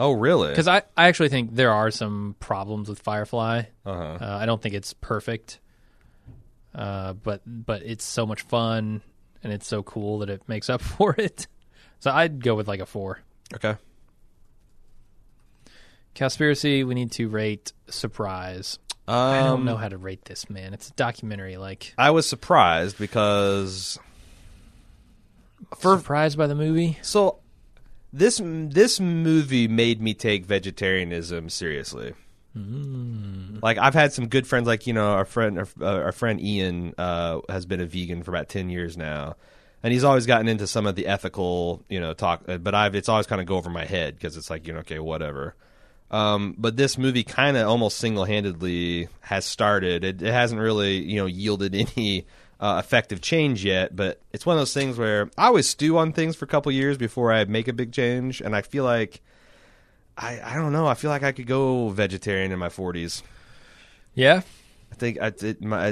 Speaker 1: oh, really?
Speaker 2: because I, I actually think there are some problems with Firefly.
Speaker 1: Uh-huh.
Speaker 2: Uh, I don't think it's perfect, uh, but but it's so much fun and it's so cool that it makes up (laughs) for it. So I'd go with like a four.
Speaker 1: Okay.
Speaker 2: Conspiracy. We need to rate surprise.
Speaker 1: Um,
Speaker 2: I don't know how to rate this man. It's a documentary. Like
Speaker 1: I was surprised because for
Speaker 2: surprised by the movie.
Speaker 1: so this this movie made me take vegetarianism seriously. Like I've had some good friends, like you know, our friend our, uh, our friend Ian uh, has been a vegan for about ten years now, and he's always gotten into some of the ethical, you know, talk. uh, But I've it's always kind of go over my head because it's like you know, okay, whatever. Um, but this movie kind of almost single handedly has started. It, it hasn't really you know yielded (laughs) any uh, effective change yet. But it's one of those things where I always stew on things for a couple years before I make a big change, and I feel like. I, I don't know. I feel like I could go vegetarian in my 40s.
Speaker 2: Yeah.
Speaker 1: I think I, it, my,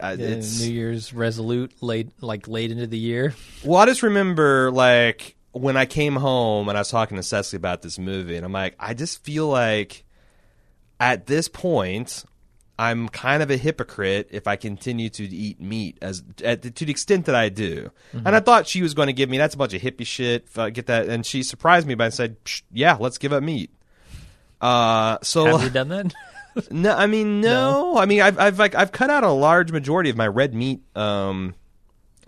Speaker 1: I, it's
Speaker 2: New Year's resolute late like late into
Speaker 1: (laughs)
Speaker 2: the year.
Speaker 1: well. I just remember like when I came home and I was talking to Cecily about this movie, and I'm like, I just feel like at this point. I'm kind of a hypocrite if I continue to eat meat as at the, to the extent that I do. And I thought she was going to give me that's a bunch of hippie shit. fuck, Get that? And she surprised me by saying, "Psh, "Yeah, let's give up meat." Uh, so
Speaker 2: Have you done that?
Speaker 1: (laughs) No, I mean no. I mean I've I've like I've cut out a large majority of my red meat um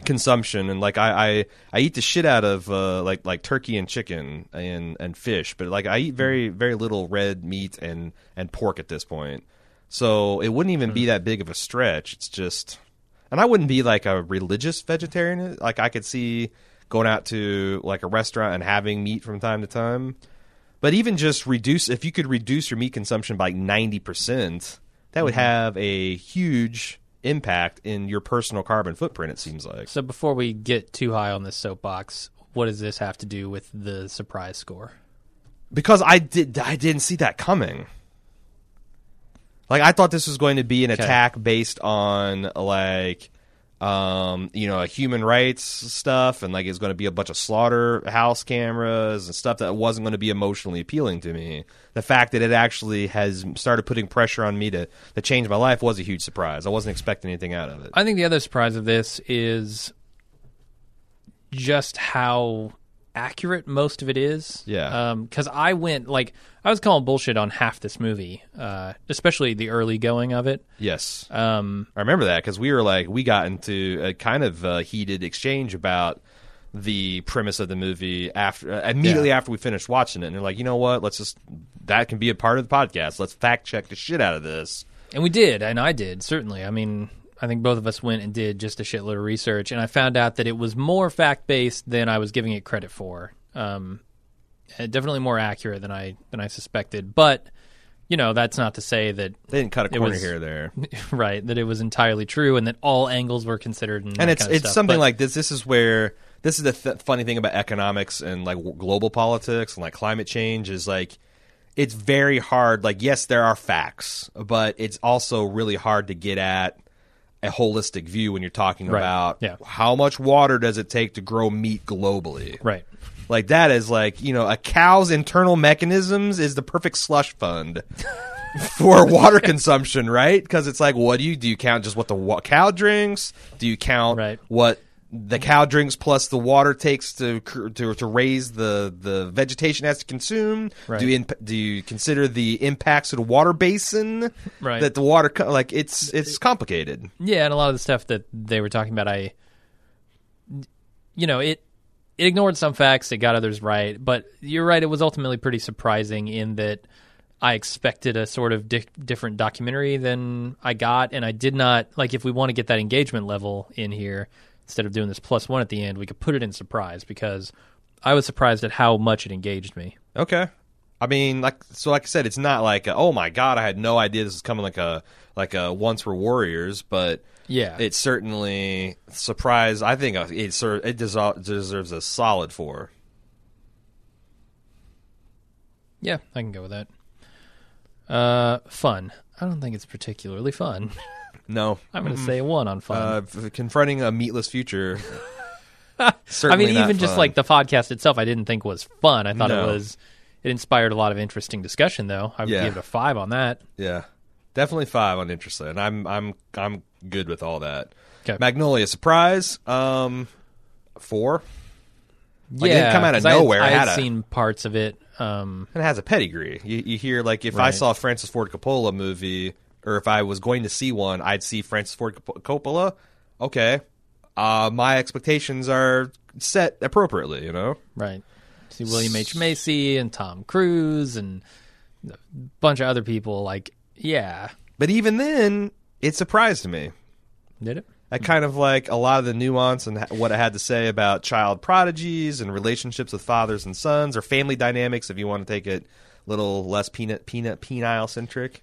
Speaker 1: consumption and like I, I I eat the shit out of uh, like like turkey and chicken and and fish, but like I eat very very little red meat and and pork at this point. So it wouldn't even be that big of a stretch. It's just and I wouldn't be like a religious vegetarian. Like I could see going out to like a restaurant and having meat from time to time. But even just reduce if you could reduce your meat consumption by 90%, that would have a huge impact in your personal carbon footprint it seems like.
Speaker 2: So before we get too high on this soapbox, what does this have to do with the surprise score?
Speaker 1: Because I did I didn't see that coming. Like I thought this was going to be an attack based on like um, you know, human rights stuff and like it's going to be a bunch of slaughterhouse cameras and stuff that wasn't going to be emotionally appealing to me. The fact that it actually has started putting pressure on me to to change my life was a huge surprise. I wasn't expecting anything out of it.
Speaker 2: I think the other surprise of this is just how accurate most of it is.
Speaker 1: Yeah.
Speaker 2: Because I went like I was calling bullshit on half this movie, uh, especially the early going of it.
Speaker 1: Yes.
Speaker 2: Um,
Speaker 1: I remember that because we were like we got into a kind of uh, heated exchange about the premise of the movie after uh, immediately after we finished watching it, and they're like, you know what? Let's just that can be a part of the podcast. Let's fact check the shit out of this.
Speaker 2: And we did, and I did, certainly. I mean, I think both of us went and did just a shitload of research, and I found out that it was more fact based than I was giving it credit for. Um, uh, definitely more accurate than I than I suspected. But you know, that's not to say that
Speaker 1: They didn't cut a
Speaker 2: It
Speaker 1: corner
Speaker 2: was-
Speaker 1: here or there,
Speaker 2: (laughs) right that it was entirely true and that all angles were considered. And, that
Speaker 1: and it's
Speaker 2: kind of
Speaker 1: it's
Speaker 2: stuff.
Speaker 1: something
Speaker 2: But-
Speaker 1: like this. This is where this is the th- funny thing about economics and like w- global politics and like climate change is like it's very hard. Like yes, there are facts, but it's also really hard to get at a holistic view when you're talking
Speaker 2: Right.
Speaker 1: about
Speaker 2: Yeah.
Speaker 1: how much water does it take to grow meat globally.
Speaker 2: right.
Speaker 1: Like that is like, you know, a cow's internal mechanisms is the perfect slush fund
Speaker 2: (laughs)
Speaker 1: for water consumption, right? Cuz it's like what do you do you count just what the wa- cow drinks? Do you count
Speaker 2: Right.
Speaker 1: what the cow drinks plus the water takes to cr- to, to raise the, the vegetation it has to consume.
Speaker 2: Right.
Speaker 1: Do you imp- do you consider the impacts of the water basin
Speaker 2: Right.
Speaker 1: that the water co- like it's it's complicated.
Speaker 2: Yeah, and a lot of the stuff that they were talking about, I, you know, it it ignored some facts, it got others right, but you're right. It was ultimately pretty surprising in that I expected a sort of di- different documentary than I got, and I did not like. If we want to get that engagement level in here, instead of doing this plus one at the end, we could put it in surprise because I was surprised at how much it engaged me.
Speaker 1: Okay. I mean, like so, like I said, it's not like a, oh my god, I had no idea this was coming like a like a once were warriors, but
Speaker 2: Yeah,
Speaker 1: it certainly surprised. I think uh, it ser- it desol- deserves a solid four.
Speaker 2: yeah, I can go with that. Uh, fun. I don't think it's particularly fun. (laughs)
Speaker 1: No,
Speaker 2: I'm going to say one on fun.
Speaker 1: uh, f- confronting a meatless future.
Speaker 2: (laughs) I
Speaker 1: certainly
Speaker 2: mean,
Speaker 1: not
Speaker 2: even just
Speaker 1: fun.
Speaker 2: like the podcast itself, I didn't think was fun. I thought
Speaker 1: No.
Speaker 2: it was. It inspired a lot of interesting discussion, though. I would
Speaker 1: Yeah.
Speaker 2: give it a five on that.
Speaker 1: yeah, definitely five on interested, and I'm I'm I'm good with all that.
Speaker 2: 'Kay.
Speaker 1: Magnolia surprise, um, four. Like, it
Speaker 2: yeah,
Speaker 1: didn't come out of
Speaker 2: 'cause I had-
Speaker 1: nowhere,
Speaker 2: I had,
Speaker 1: had it.
Speaker 2: seen parts of it. Um,
Speaker 1: and it has a pedigree. You, you hear like if I
Speaker 2: Right.
Speaker 1: saw a Francis Ford Coppola movie, or if I was going to see one, I'd see Francis Ford Cop- Coppola. Okay, uh, my expectations are set appropriately. You know,
Speaker 2: right. See William H Macy and Tom Cruise and a bunch of other people. Like, yeah,
Speaker 1: but even then, it surprised me.
Speaker 2: did it?
Speaker 1: I kind of like a lot of the nuance and ha- what I had to say about child prodigies and relationships with fathers and sons, or family dynamics, if you want to take it a little less peanut peanut penile centric.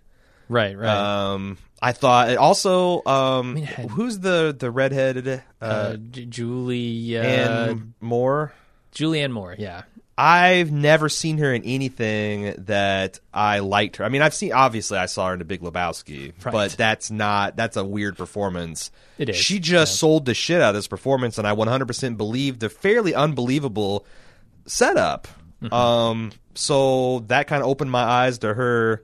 Speaker 2: Right, right.
Speaker 1: Um, I thought it also. Um,
Speaker 2: it had-
Speaker 1: who's the the redheaded uh,
Speaker 2: uh, J- Julie uh,
Speaker 1: Anne Moore?
Speaker 2: Julianne Moore. Yeah,
Speaker 1: I've never seen her in anything that I liked her. I mean, I've seen obviously I saw her in The Big Lebowski,
Speaker 2: Right.
Speaker 1: but that's not that's a weird performance.
Speaker 2: It is,
Speaker 1: She just sold the shit out of this performance, and I 100% believe the fairly unbelievable setup.
Speaker 2: Mm-hmm.
Speaker 1: Um, so that kind of opened my eyes to her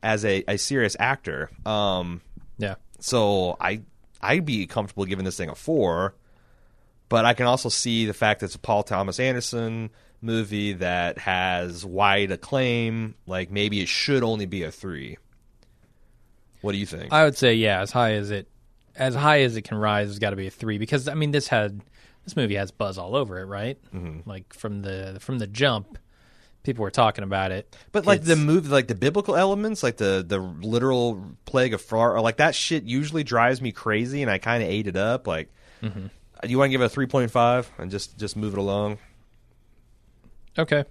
Speaker 1: as a, a serious actor. Um,
Speaker 2: yeah.
Speaker 1: so I I'd be comfortable giving this thing a four, but I can also see the fact that it's a Paul Thomas Anderson movie that has wide acclaim. Like maybe it should only be a three. What do you think?
Speaker 2: I would say yeah, as high as it as high as it can rise has got to be a three because I mean this had this movie has buzz all over it, right?
Speaker 1: Mm-hmm.
Speaker 2: Like from the from the jump, people were talking about it.
Speaker 1: But like the
Speaker 2: It's-
Speaker 1: move, like the biblical elements, like the the literal plague of far, like that shit usually drives me crazy, and I kind of ate it up. Like, do you want to give it a three point five and just just move it along?
Speaker 2: okay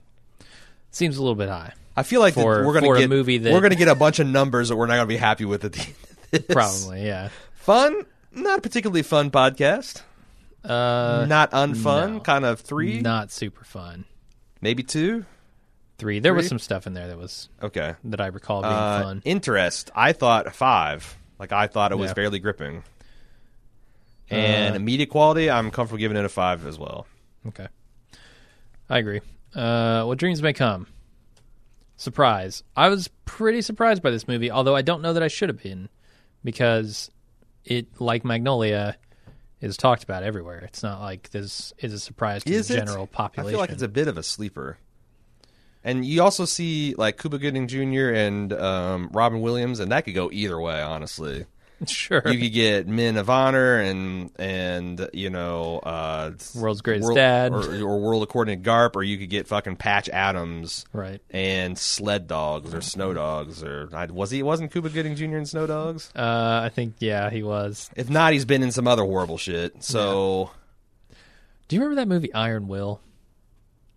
Speaker 2: seems a little bit high,
Speaker 1: I feel like that
Speaker 2: For-
Speaker 1: we're gonna
Speaker 2: for a
Speaker 1: get
Speaker 2: movie that-
Speaker 1: we're gonna get a bunch of numbers that we're not gonna be happy with at the end. Of this.
Speaker 2: probably. Yeah.
Speaker 1: fun, not a particularly fun podcast.
Speaker 2: Uh,
Speaker 1: not unfun,
Speaker 2: no.
Speaker 1: kind of three,
Speaker 2: not super fun.
Speaker 1: maybe two.
Speaker 2: Three. There was
Speaker 1: Three?
Speaker 2: some stuff in there that was
Speaker 1: Okay,
Speaker 2: that I recall being
Speaker 1: Uh,
Speaker 2: fun.
Speaker 1: interest. I thought five. Like I thought it was
Speaker 2: Yeah. Uh,
Speaker 1: fairly gripping. And media quality, I'm comfortable giving it a five as well.
Speaker 2: Okay. I agree. Uh, well, dreams may come. Surprise. I was pretty surprised by this movie, although I don't know that I should have been because it, like Magnolia, is talked about everywhere. It's not like this is a surprise to the general population.
Speaker 1: I feel like it's a bit of a sleeper. And you also see like Cuba Gooding Jr. and um, Robin Williams, and that could go either way. Honestly,
Speaker 2: (laughs) sure.
Speaker 1: you could get Men of Honor and and you know uh,
Speaker 2: World's Greatest Dad.
Speaker 1: or, or World According to Garp, or you could get fucking Patch Adams
Speaker 2: right.
Speaker 1: and Sled Dogs or Snow Dogs or I, was he wasn't Cuba Gooding Jr. in Snow Dogs?
Speaker 2: Uh, I think, yeah, he was.
Speaker 1: If not, he's been in some other horrible shit. So
Speaker 2: Do you remember that movie Iron Will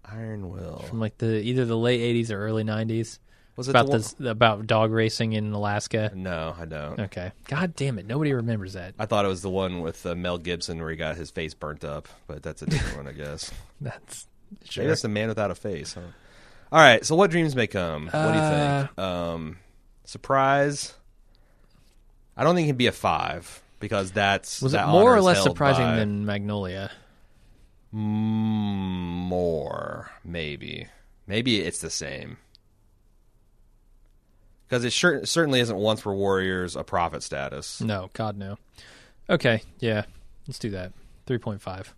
Speaker 1: Iron Will
Speaker 2: from like the either the late 80s or early 90s?
Speaker 1: was it
Speaker 2: About
Speaker 1: the one-
Speaker 2: this, about dog racing in Alaska.
Speaker 1: No, I don't.
Speaker 2: Okay. God damn it. Nobody remembers that.
Speaker 1: I thought it was the one with uh, Mel Gibson where he got his face burnt up, but that's a different one, I
Speaker 2: (laughs)
Speaker 1: guess.
Speaker 2: That's
Speaker 1: Maybe that's the man without a face. Huh? All right, so what dreams may come? What do you
Speaker 2: Uh,
Speaker 1: think? Um, surprise. I don't think it can be a five because that's
Speaker 2: Was it
Speaker 1: that
Speaker 2: more
Speaker 1: honor
Speaker 2: or
Speaker 1: is
Speaker 2: less
Speaker 1: held
Speaker 2: surprising
Speaker 1: by-
Speaker 2: than Magnolia?
Speaker 1: Mm, more maybe maybe it's the same because it sure, certainly isn't once for warriors a profit status
Speaker 2: No, God no. Okay, yeah, let's do that. Three point five.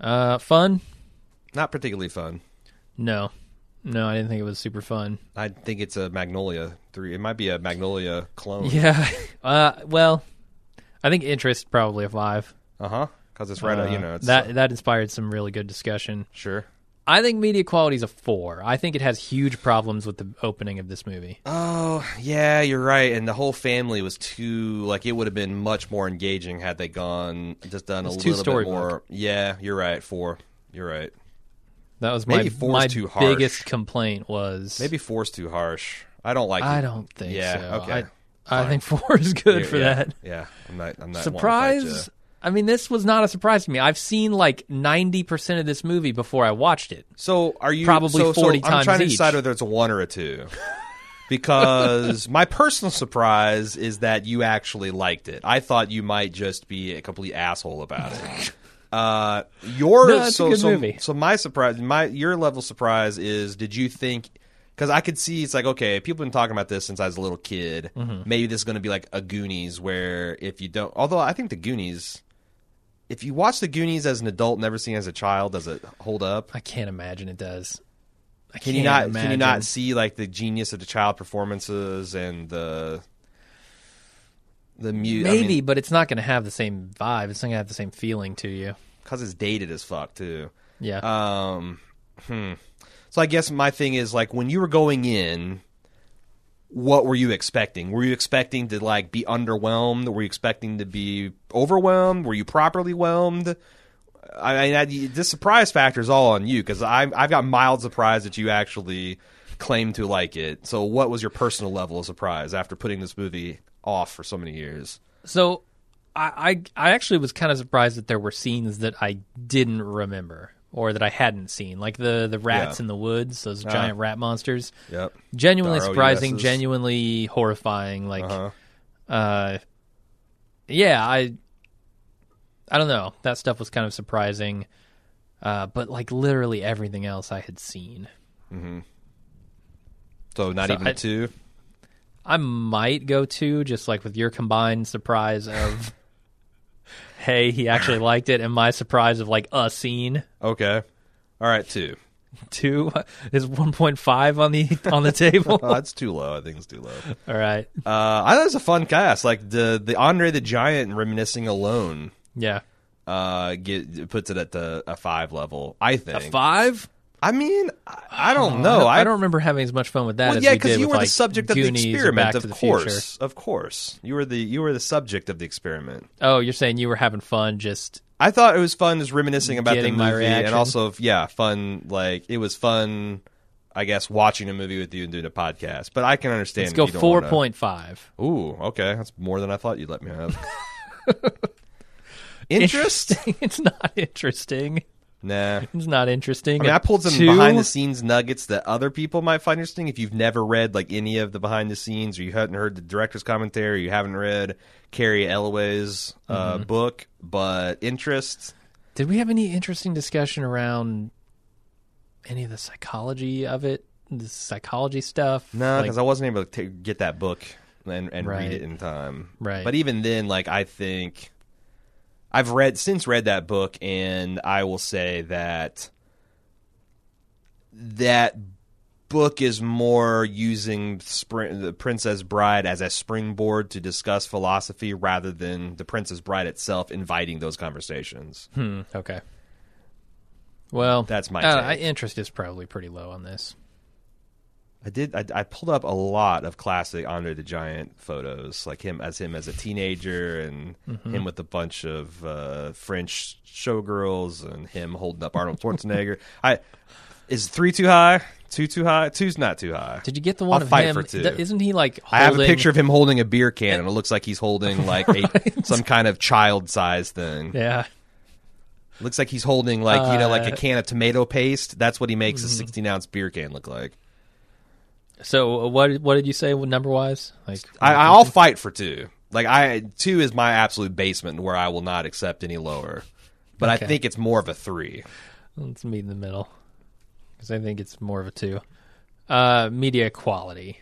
Speaker 2: Uh, fun?
Speaker 1: not particularly fun
Speaker 2: No, no, I didn't think it was super fun. (laughs)
Speaker 1: i think it's a magnolia three it might be a magnolia clone
Speaker 2: Yeah. Uh, well, I think interest probably a five.
Speaker 1: uh-huh because it's right uh,
Speaker 2: Uh,
Speaker 1: you know it's
Speaker 2: that
Speaker 1: uh,
Speaker 2: that inspired some really good discussion.
Speaker 1: sure
Speaker 2: I think media quality is a four. I think it has huge problems with the opening of this movie.
Speaker 1: oh yeah you're right and the whole family was too like it would have been much more engaging had they gone just done
Speaker 2: It's
Speaker 1: a
Speaker 2: too
Speaker 1: little bit
Speaker 2: storybook.
Speaker 1: more yeah you're right four you're right
Speaker 2: That was
Speaker 1: Maybe
Speaker 2: my
Speaker 1: four's
Speaker 2: my
Speaker 1: too harsh.
Speaker 2: biggest complaint was
Speaker 1: maybe four's too harsh i don't like
Speaker 2: I
Speaker 1: it.
Speaker 2: don't think
Speaker 1: Yeah,
Speaker 2: so.
Speaker 1: okay.
Speaker 2: I, I think (laughs) four is good
Speaker 1: Yeah,
Speaker 2: for
Speaker 1: yeah,
Speaker 2: that.
Speaker 1: Yeah, I'm not. I'm not wanting to fight
Speaker 2: Surprise? I mean, this was not a surprise to me. I've seen like 90% of this movie before I watched it.
Speaker 1: ya. So are you
Speaker 2: Probably
Speaker 1: so- so
Speaker 2: 40
Speaker 1: I'm
Speaker 2: times
Speaker 1: trying to
Speaker 2: each.
Speaker 1: decide whether it's a one or a two,
Speaker 2: (laughs)
Speaker 1: because my personal surprise is that you actually liked it. I thought you might just be a complete asshole about it.
Speaker 2: (laughs)
Speaker 1: Uh, your
Speaker 2: No, it's a
Speaker 1: so
Speaker 2: good
Speaker 1: so,
Speaker 2: movie.
Speaker 1: so my surprise, my your level of surprise is did you think? Because I could see it's like okay, people have been talking about this since I was a little kid.
Speaker 2: Mm-hmm.
Speaker 1: Maybe this is going to be like a Goonies, where if you don't, although I think the Goonies, if you watch the Goonies as an adult, never seen as a child, does it hold up?
Speaker 2: I can't imagine it does. I
Speaker 1: Can
Speaker 2: can't
Speaker 1: you not?
Speaker 2: Imagine.
Speaker 1: Can you not see like the genius of the child performances and the the music?
Speaker 2: Maybe, but it's not going to have the same vibe. It's not going to have the same feeling to you.
Speaker 1: because it's dated as fuck too.
Speaker 2: Yeah.
Speaker 1: Um, hmm. So I guess my thing is like when you were going in, what were you expecting? Were you expecting to like be underwhelmed? Were you expecting to be overwhelmed? Were you properly whelmed? I mean, I, this surprise factor is all on you because I've got mild surprise that you actually claim to like it. So, what was your personal level of surprise after putting this movie off for so many years?
Speaker 2: so I, I, I actually was kind of surprised that there were scenes that I didn't remember or that I hadn't seen, like the, the rats
Speaker 1: Yeah. Uh-huh.
Speaker 2: in the woods, those giant rat monsters.
Speaker 1: Yep.
Speaker 2: genuinely
Speaker 1: The
Speaker 2: surprising,
Speaker 1: ROUSs.
Speaker 2: genuinely horrifying. Like,
Speaker 1: Uh-huh.
Speaker 2: uh yeah, I, I don't know. That stuff was kind of surprising, uh, but like literally everything else I had seen.
Speaker 1: So, not
Speaker 2: So
Speaker 1: even
Speaker 2: I-
Speaker 1: two.
Speaker 2: I might go to just like with your combined surprise of, (laughs) hey, he actually liked it, and my surprise of like a scene.
Speaker 1: Okay. All right, two.
Speaker 2: two (laughs) is one point five on the on the table.
Speaker 1: Oh, that's too low. I think it's too low.
Speaker 2: All right,
Speaker 1: Uh, I thought it was a fun cast. Like the the Andre the Giant reminiscing alone
Speaker 2: yeah,
Speaker 1: uh, get it puts it at the a five level. I think.
Speaker 2: five. Uh,
Speaker 1: I mean, I, Oh, I don't know.
Speaker 2: I, don't remember having as much fun with that.
Speaker 1: Well,
Speaker 2: as
Speaker 1: yeah,
Speaker 2: because
Speaker 1: you were
Speaker 2: like
Speaker 1: the subject of
Speaker 2: Goonies
Speaker 1: the
Speaker 2: or
Speaker 1: experiment,
Speaker 2: Back
Speaker 1: of
Speaker 2: to the Future.
Speaker 1: course, of course. You were the you were the subject of the experiment.
Speaker 2: Oh, you're saying you were having fun just
Speaker 1: I thought it was fun just reminiscing about
Speaker 2: Getting
Speaker 1: the
Speaker 2: my
Speaker 1: movie, and
Speaker 2: reaction.
Speaker 1: also yeah, fun. Like it was fun, I guess, watching a movie with you and doing a podcast. But I can understand.
Speaker 2: let's
Speaker 1: if
Speaker 2: go
Speaker 1: you don't
Speaker 2: four
Speaker 1: wanna-
Speaker 2: point five. (laughs)
Speaker 1: Ooh, okay, that's more than I thought you'd let me have. Interest?
Speaker 2: (laughs) it's not interesting.
Speaker 1: nah.
Speaker 2: It's not interesting.
Speaker 1: I mean, I pulled some
Speaker 2: Two?
Speaker 1: behind the scenes nuggets that other people might find interesting. If you've never read like any of the behind the scenes, or you hadn't heard the director's commentary, or you haven't read Carrie Elloway's uh, book, but interest.
Speaker 2: Did we have any interesting discussion around any of the psychology of it? The psychology stuff?
Speaker 1: No,
Speaker 2: Like,
Speaker 1: because I wasn't able to ta- get that book and, and
Speaker 2: Right.
Speaker 1: read it in time.
Speaker 2: Right.
Speaker 1: But even then, like I think I've read since read that book, and I will say that that book is more using spring, the Princess Bride as a springboard to discuss philosophy rather than the Princess Bride itself inviting those conversations.
Speaker 2: hmm, okay. Well,
Speaker 1: That's my
Speaker 2: uh,
Speaker 1: take.
Speaker 2: I- interest is probably pretty low on this.
Speaker 1: I did. I, I pulled up a lot of classic Andre the Giant photos, like him as him as a teenager, and
Speaker 2: Mm-hmm.
Speaker 1: him with a bunch of uh, French showgirls, and him holding up Arnold
Speaker 2: (laughs)
Speaker 1: Schwarzenegger. I is three too high, two too high, two's not too high.
Speaker 2: Did you get the one
Speaker 1: I'll
Speaker 2: of
Speaker 1: fight
Speaker 2: him?
Speaker 1: for two.
Speaker 2: Th- Isn't he like
Speaker 1: I have a
Speaker 2: holding-
Speaker 1: picture of him holding a beer can, and it looks like he's
Speaker 2: (laughs)
Speaker 1: holding like a some kind of child size thing.
Speaker 2: Yeah.
Speaker 1: Looks like he's holding like you know like a
Speaker 2: Uh, mm-hmm.
Speaker 1: can of tomato paste. That's what he makes a sixteen ounce beer can look like.
Speaker 2: So uh, what what did you say number wise? Like
Speaker 1: I, I'll fight for two. Like I two is my absolute basement where I will not accept any lower. But
Speaker 2: Okay.
Speaker 1: I think it's more of a three.
Speaker 2: Let's meet in the middle because I think it's more of a two. Uh, media quality.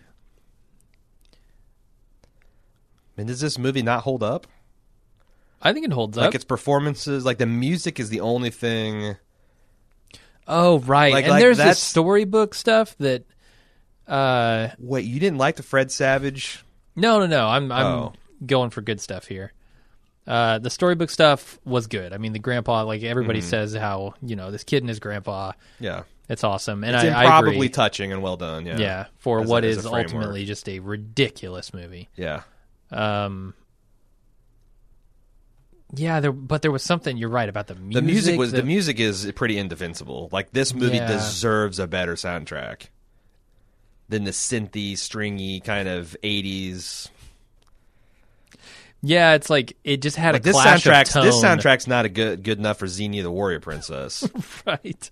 Speaker 1: And does this movie not hold up?
Speaker 2: I think it holds
Speaker 1: Like
Speaker 2: up.
Speaker 1: its performances, like the music is the only thing.
Speaker 2: oh right,
Speaker 1: like-
Speaker 2: and
Speaker 1: like
Speaker 2: there's this
Speaker 1: that's-
Speaker 2: storybook stuff that. Uh,
Speaker 1: Wait, you didn't like the Fred Savage?
Speaker 2: no, no, no. I'm I'm
Speaker 1: Oh.
Speaker 2: going for good stuff here. Uh, the storybook stuff was good. I mean, the grandpa, like everybody
Speaker 1: Mm-hmm.
Speaker 2: says, how you know this kid and his grandpa.
Speaker 1: Yeah,
Speaker 2: It's awesome, and
Speaker 1: it's
Speaker 2: I, I agree.
Speaker 1: improbably touching and well done. Yeah,
Speaker 2: yeah, for
Speaker 1: As a-
Speaker 2: what
Speaker 1: as
Speaker 2: is
Speaker 1: a framework.
Speaker 2: ultimately just a ridiculous movie.
Speaker 1: yeah.
Speaker 2: Um, yeah, there, but there was something. You're right about the music.
Speaker 1: The music was the
Speaker 2: that-
Speaker 1: music is pretty indefensible. Like this movie
Speaker 2: Yeah.
Speaker 1: deserves a better soundtrack than the synthy, stringy kind of '80s
Speaker 2: Yeah, it's like it just had
Speaker 1: Like
Speaker 2: a
Speaker 1: this
Speaker 2: clash of
Speaker 1: soundtrax's
Speaker 2: tone.
Speaker 1: this soundtrack's not a good good enough for Xenia the Warrior Princess.
Speaker 2: (laughs) right?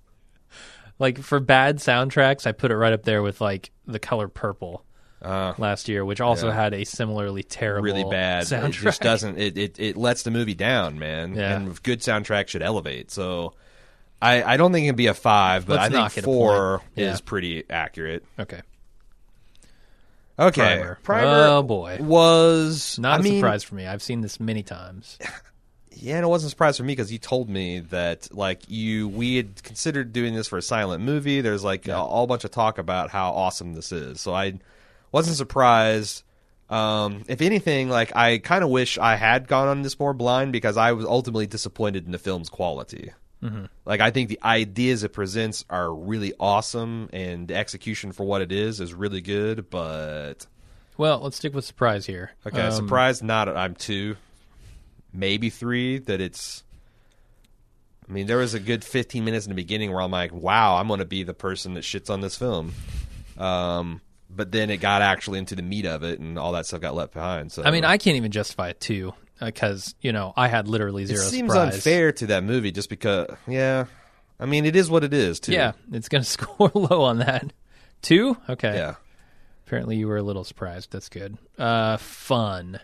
Speaker 2: Like for bad soundtracks, I put it right up there with like the color purple
Speaker 1: Uh,
Speaker 2: last year, which also
Speaker 1: Yeah.
Speaker 2: had a similarly terrible,
Speaker 1: really bad. It
Speaker 2: soundtrack.
Speaker 1: just doesn't it, it it lets the movie down, man.
Speaker 2: Yeah.
Speaker 1: And good soundtrack should elevate. So I, I don't think it can be a five, but
Speaker 2: Let's
Speaker 1: I
Speaker 2: not
Speaker 1: think
Speaker 2: get a
Speaker 1: four
Speaker 2: point. Yeah.
Speaker 1: is pretty accurate.
Speaker 2: okay.
Speaker 1: Okay.
Speaker 2: Primer. Oh boy,
Speaker 1: was
Speaker 2: not
Speaker 1: I
Speaker 2: a
Speaker 1: mean,
Speaker 2: surprise for me. I've seen this many times.
Speaker 1: Yeah, and it wasn't a surprise for me because you told me that like you we had considered doing this for a silent movie. There's like a whole bunch of talk about how awesome this is, so I wasn't surprised. Um, if anything, like I kind of wish I had gone on this more blind because I was ultimately disappointed in the film's quality. Like I think the ideas it presents are really awesome, and the execution for what it is is really good. But
Speaker 2: Well, let's stick with surprise here.
Speaker 1: Okay,
Speaker 2: Um,
Speaker 1: surprised not. I'm two, maybe three. That it's. I mean, there was a good 15 minutes in the beginning where I'm like, "Wow, I'm going to be the person that shits on this film," um, but then it got actually into the meat of it, and all that stuff got left behind. So
Speaker 2: I mean, I can't even justify it too because you know I had literally
Speaker 1: it
Speaker 2: zero.
Speaker 1: seems
Speaker 2: surprise.
Speaker 1: unfair to that movie just because. Yeah, I mean, it is what it is, too.
Speaker 2: Yeah, it's going to (laughs) score low on that. Two? Okay.
Speaker 1: yeah.
Speaker 2: Apparently you were a little surprised. That's good. Uh fun.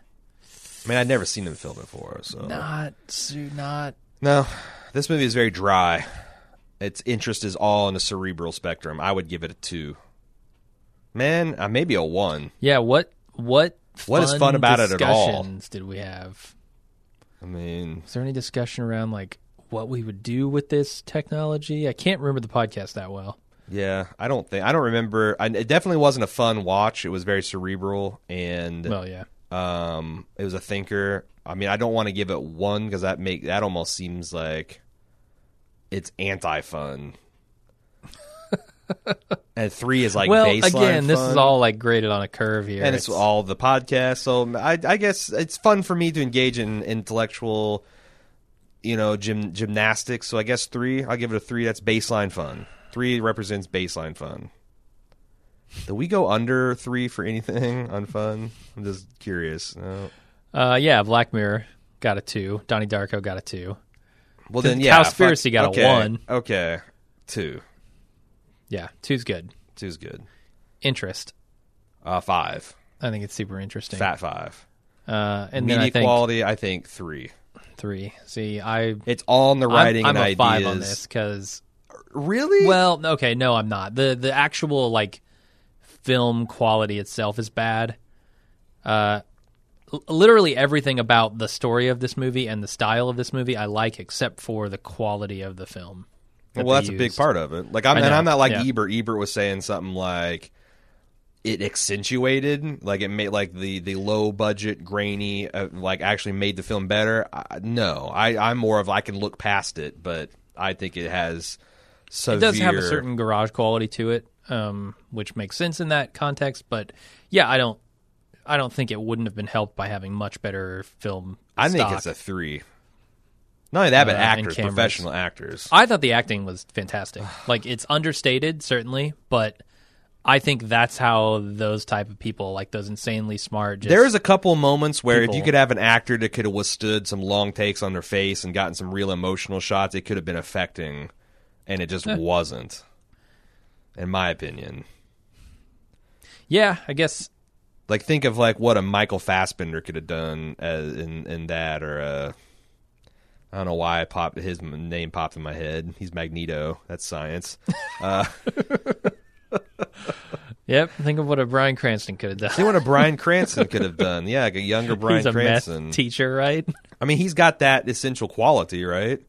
Speaker 1: I mean, I'd never seen him film before, so
Speaker 2: Not su- not
Speaker 1: No, this movie is very dry. Its interest is all in the cerebral spectrum. I would give it a two. Man, uh, maybe a one.
Speaker 2: Yeah, what what
Speaker 1: What is fun about it at all?
Speaker 2: discussions Did we have?
Speaker 1: I mean,
Speaker 2: Was there any discussion around like what we would do with this technology? I can't remember the podcast that well.
Speaker 1: Yeah, I don't think I don't remember. I, it definitely wasn't a fun watch. It was very cerebral, and
Speaker 2: Well, yeah.
Speaker 1: um, it was a thinker. I mean, I don't want to give it one because that make that almost seems like it's anti
Speaker 2: (laughs)
Speaker 1: fun. and three is like
Speaker 2: well,
Speaker 1: baseline
Speaker 2: again, this is
Speaker 1: fun,
Speaker 2: all like graded on a curve here,
Speaker 1: and it's, all the podcast. So I, I guess it's fun for me to engage in intellectual, you know, gym gymnastics. So I guess three. I'll give it a three. That's baseline fun. Three represents baseline fun. Do we go under three for anything (laughs) on fun? I'm just curious. No.
Speaker 2: Uh, yeah, Black Mirror got a two. Donnie Darko got a two.
Speaker 1: Well,
Speaker 2: The
Speaker 1: then, yeah.
Speaker 2: Cowspiracy got a
Speaker 1: okay,
Speaker 2: one.
Speaker 1: Okay. Two.
Speaker 2: Yeah, two's good.
Speaker 1: Two's good.
Speaker 2: Interest.
Speaker 1: Uh, five.
Speaker 2: I think it's super interesting.
Speaker 1: Fat five.
Speaker 2: Uh, and then
Speaker 1: Media
Speaker 2: I think
Speaker 1: quality, I think three.
Speaker 2: three. See, I
Speaker 1: It's all in the writing
Speaker 2: I'm, I'm
Speaker 1: and
Speaker 2: a five
Speaker 1: ideas.
Speaker 2: on this because
Speaker 1: Really?
Speaker 2: well, okay, no, I'm not. the The actual like film quality itself is bad. Uh, l- literally everything about the story of this movie and the style of this movie I like, except for the quality of the film. that
Speaker 1: well,
Speaker 2: they
Speaker 1: that's a big
Speaker 2: used.
Speaker 1: part of it. Like, I'm,
Speaker 2: I
Speaker 1: and
Speaker 2: know,
Speaker 1: I'm not like
Speaker 2: yeah.
Speaker 1: Ebert. Ebert was saying something like it accentuated, like it made like the the low budget, grainy, uh, like actually made the film better. I, no, I I'm more of I can look past it, but I think it has. Severe,
Speaker 2: It does have a certain garage quality to it, um, which makes sense in that context. But yeah, I don't, I don't think it wouldn't have been helped by having much better film.
Speaker 1: I
Speaker 2: stock.
Speaker 1: think it's a three. Not only that, but
Speaker 2: Uh, and
Speaker 1: actors,
Speaker 2: cameras.
Speaker 1: professional actors.
Speaker 2: I thought the acting was
Speaker 1: (sighs)
Speaker 2: fantastic. like it's understated, certainly, but I think that's how those type of people, like those insanely smart, just,
Speaker 1: There is a couple moments where if you
Speaker 2: people-
Speaker 1: could have an actor that could have withstood some long takes on their face and gotten some real emotional shots, it could have been affecting, and it
Speaker 2: (laughs)
Speaker 1: just wasn't, in my opinion.
Speaker 2: yeah, I guess
Speaker 1: Like think of like what a Michael Fassbender could have done as in in that, or uh, I don't know why I popped his m- name popped in my head. He's Magneto. That's science.
Speaker 2: Yep, think of what a Brian Cranston could have done.
Speaker 1: Think what a
Speaker 2: (laughs)
Speaker 1: Brian Cranston could have done. Yeah, like a younger (laughs) Brian
Speaker 2: He's a
Speaker 1: Cranston.
Speaker 2: math
Speaker 1: (laughs)
Speaker 2: teacher, right?
Speaker 1: I mean, he's got that essential quality, right?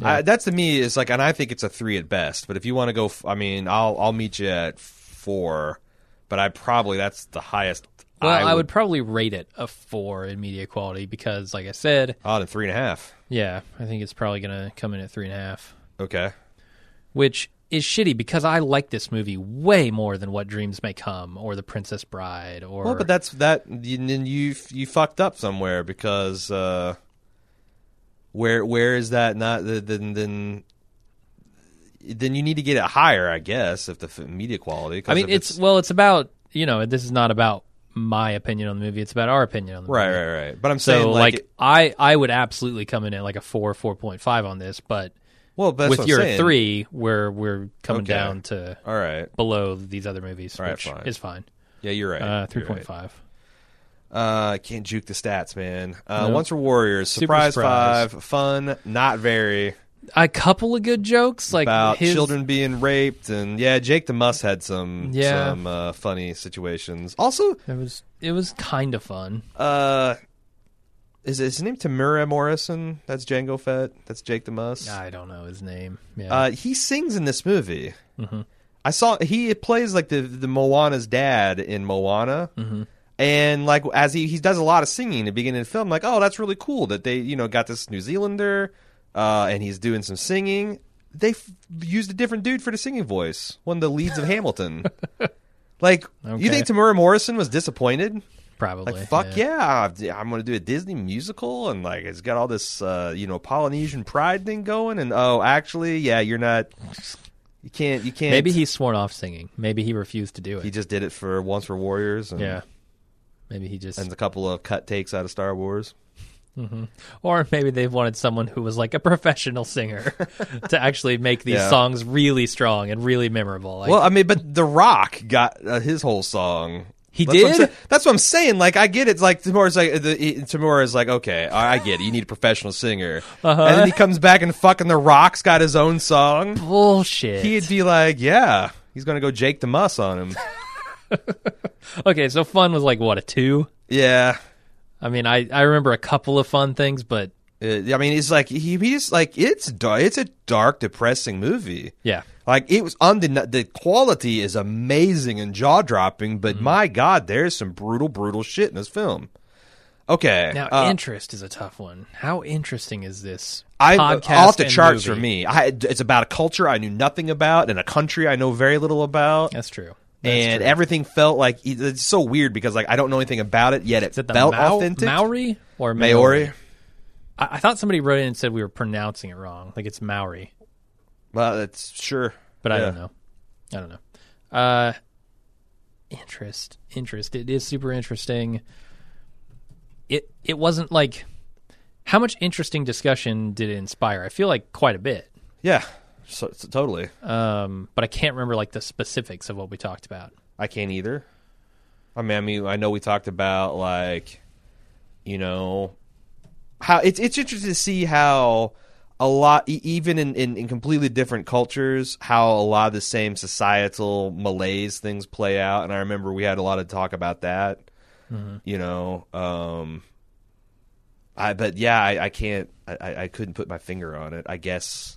Speaker 1: I, that to me is like, and I think it's a three at best. But if you want to go, f- I mean, I'll I'll meet you at four. But I probably that's the highest.
Speaker 2: Well, I would, probably rate it a four in media quality because, like I said,
Speaker 1: out in three and a half.
Speaker 2: yeah, I think it's probably going to come in at three and a half,
Speaker 1: Okay,
Speaker 2: which is shitty because I like this movie way more than What Dreams May Come or The Princess Bride or
Speaker 1: well, but that's that. You, then you you fucked up somewhere because uh, where where is that not? Then then then you need to get it higher, I guess, if the f- media quality. 'cause
Speaker 2: I mean,
Speaker 1: if
Speaker 2: it's, well, it's about you know, this is not about my opinion on the movie; it's about our opinion on the
Speaker 1: right,
Speaker 2: movie.
Speaker 1: right, right. But I'm
Speaker 2: So,
Speaker 1: saying
Speaker 2: like,
Speaker 1: like,
Speaker 2: I I would absolutely come in at like a four, four point five on this, but
Speaker 1: well, but that's what
Speaker 2: with
Speaker 1: I'm
Speaker 2: your
Speaker 1: saying.
Speaker 2: three, we're we're coming
Speaker 1: Okay.
Speaker 2: down to
Speaker 1: All right.
Speaker 2: below these other movies,
Speaker 1: All right,
Speaker 2: which
Speaker 1: fine.
Speaker 2: is fine.
Speaker 1: Yeah, you're right.
Speaker 2: Uh,
Speaker 1: You're
Speaker 2: three point
Speaker 1: right.
Speaker 2: five.
Speaker 1: Uh, can't juke the stats, man. Uh,
Speaker 2: No.
Speaker 1: Once for Warriors,
Speaker 2: Super
Speaker 1: surprise,
Speaker 2: surprise.
Speaker 1: five, fun, not very
Speaker 2: A couple of good jokes, like
Speaker 1: about
Speaker 2: his,
Speaker 1: children being raped, and yeah, Jake the Muss had some
Speaker 2: Yeah.
Speaker 1: some uh, funny situations. Also,
Speaker 2: It was it was kind of fun.
Speaker 1: uh, is his name Tamura Morrison? That's Django Fett. That's Jake the Muss.
Speaker 2: I don't know his name. Yeah, Mm-hmm.
Speaker 1: Uh, he sings in this movie. I saw he plays like the the Moana's dad in Moana,
Speaker 2: Mm-hmm.
Speaker 1: and like as he he does a lot of singing at the beginning of the film. Like, oh, that's really cool that they you know got this New Zealander, uh, and he's doing some singing. They f- used a different dude for the singing voice, one of the leads of
Speaker 2: (laughs)
Speaker 1: Hamilton. Like, you
Speaker 2: Okay.
Speaker 1: think Tamura Morrison was disappointed?
Speaker 2: probably.
Speaker 1: Like, fuck yeah, I'm going to do a Disney musical, and like it's got all this, uh, you know, Polynesian pride thing going. And oh, actually, yeah, you're not. You can't. You can't.
Speaker 2: Maybe he's sworn off singing. Maybe he refused to do it.
Speaker 1: he just did it for Once for Warriors, and,
Speaker 2: yeah. Maybe he just,
Speaker 1: and a couple of cut takes out of Star Wars.
Speaker 2: or maybe they wanted someone who was like a professional singer (laughs) to actually make these
Speaker 1: Yeah.
Speaker 2: songs really strong and really memorable. Like,
Speaker 1: well, I mean, but The Rock got uh, his whole song.
Speaker 2: He
Speaker 1: That's what I'm
Speaker 2: did?
Speaker 1: sa- That's what I'm saying. Like, I get it. Like, Tamura's like, the, he- Tamura's like, okay, I I get it. You need a professional singer.
Speaker 2: Uh-huh.
Speaker 1: And then he comes back and fucking The Rock's got his own song.
Speaker 2: bullshit.
Speaker 1: He'd be like, yeah, he's going to go Jake the Muss on him.
Speaker 2: okay, so fun was like what a two.
Speaker 1: (laughs) Yeah.
Speaker 2: I mean, I I remember a couple of fun things, but
Speaker 1: Uh, I mean, it's like he, he just like it's dar- it's a dark, depressing movie.
Speaker 2: yeah,
Speaker 1: Like it was undeniable. The quality is amazing and jaw dropping, but my God, there's some brutal, brutal shit in this film. Okay.
Speaker 2: Now,
Speaker 1: uh,
Speaker 2: interest is a tough one. How interesting is this
Speaker 1: I, uh,
Speaker 2: podcast
Speaker 1: off the
Speaker 2: and
Speaker 1: charts
Speaker 2: movie?
Speaker 1: for me. I, it's about a culture I knew nothing about and a country I know very little about.
Speaker 2: That's true.
Speaker 1: and everything felt like it's so weird because like I don't know anything about it yet. It
Speaker 2: Is it the
Speaker 1: felt
Speaker 2: Mau-
Speaker 1: authentic.
Speaker 2: Maori or Maori?
Speaker 1: Maori.
Speaker 2: I, I thought somebody wrote in and said we were pronouncing it wrong, like it's Maori,
Speaker 1: Well, that's sure,
Speaker 2: but I
Speaker 1: Yeah.
Speaker 2: don't know. I don't know. Uh, interest, interest. It is super interesting. It it wasn't like how much interesting discussion did it inspire? I feel like quite a bit,
Speaker 1: Yeah, so, so totally.
Speaker 2: um, but I can't remember like the specifics of what we talked about.
Speaker 1: I can't either. I mean, I mean, I know we talked about like, you know, how it's it's interesting to see how a lot, e- even in, in in completely different cultures, how a lot of the same societal malaise things play out. And I remember we had a lot of talk about that.
Speaker 2: Mm-hmm.
Speaker 1: You know, um, I but yeah, I, I can't, I- I, I couldn't put my finger on it. I guess.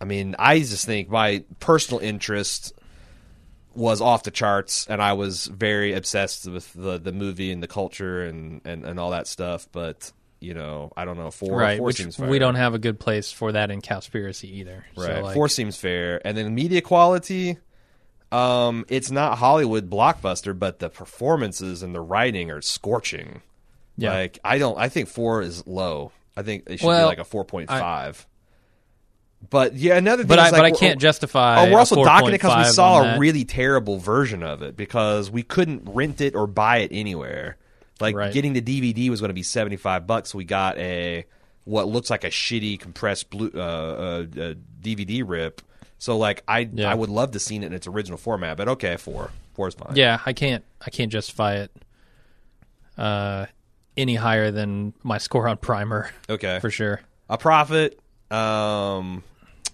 Speaker 1: I mean, I just think my personal interest was off the charts, and I was very obsessed with the, the movie and the culture and, and, and all that stuff. But you know, I don't know. Four,
Speaker 2: right,
Speaker 1: four
Speaker 2: which
Speaker 1: seems fair.
Speaker 2: we don't have a good place for that in Cowspiracy either.
Speaker 1: Right,
Speaker 2: So, like,
Speaker 1: four seems fair, and then media quality. Um, it's not Hollywood blockbuster, but the performances and the writing are scorching.
Speaker 2: Yeah.
Speaker 1: Like I don't, I think four is low. I think it should
Speaker 2: Well,
Speaker 1: be like a four point five. But yeah, another thing
Speaker 2: but
Speaker 1: is
Speaker 2: I
Speaker 1: like
Speaker 2: but I
Speaker 1: we're-
Speaker 2: can't justify.
Speaker 1: Oh, we're also docking it because we saw a
Speaker 2: real.
Speaker 1: really terrible version of it because we couldn't rent it or buy it anywhere. Like
Speaker 2: Right.
Speaker 1: getting the DVD was going to be seventy five bucks. We got a what looks like a shitty compressed blue, uh, uh, uh, DVD rip. So like I
Speaker 2: Yeah.
Speaker 1: I would love to seen it in its original format, but okay, four four is fine.
Speaker 2: Yeah, I can't I can't justify it uh any higher than my score on Primer (laughs)
Speaker 1: okay,
Speaker 2: for sure.
Speaker 1: a profit, um,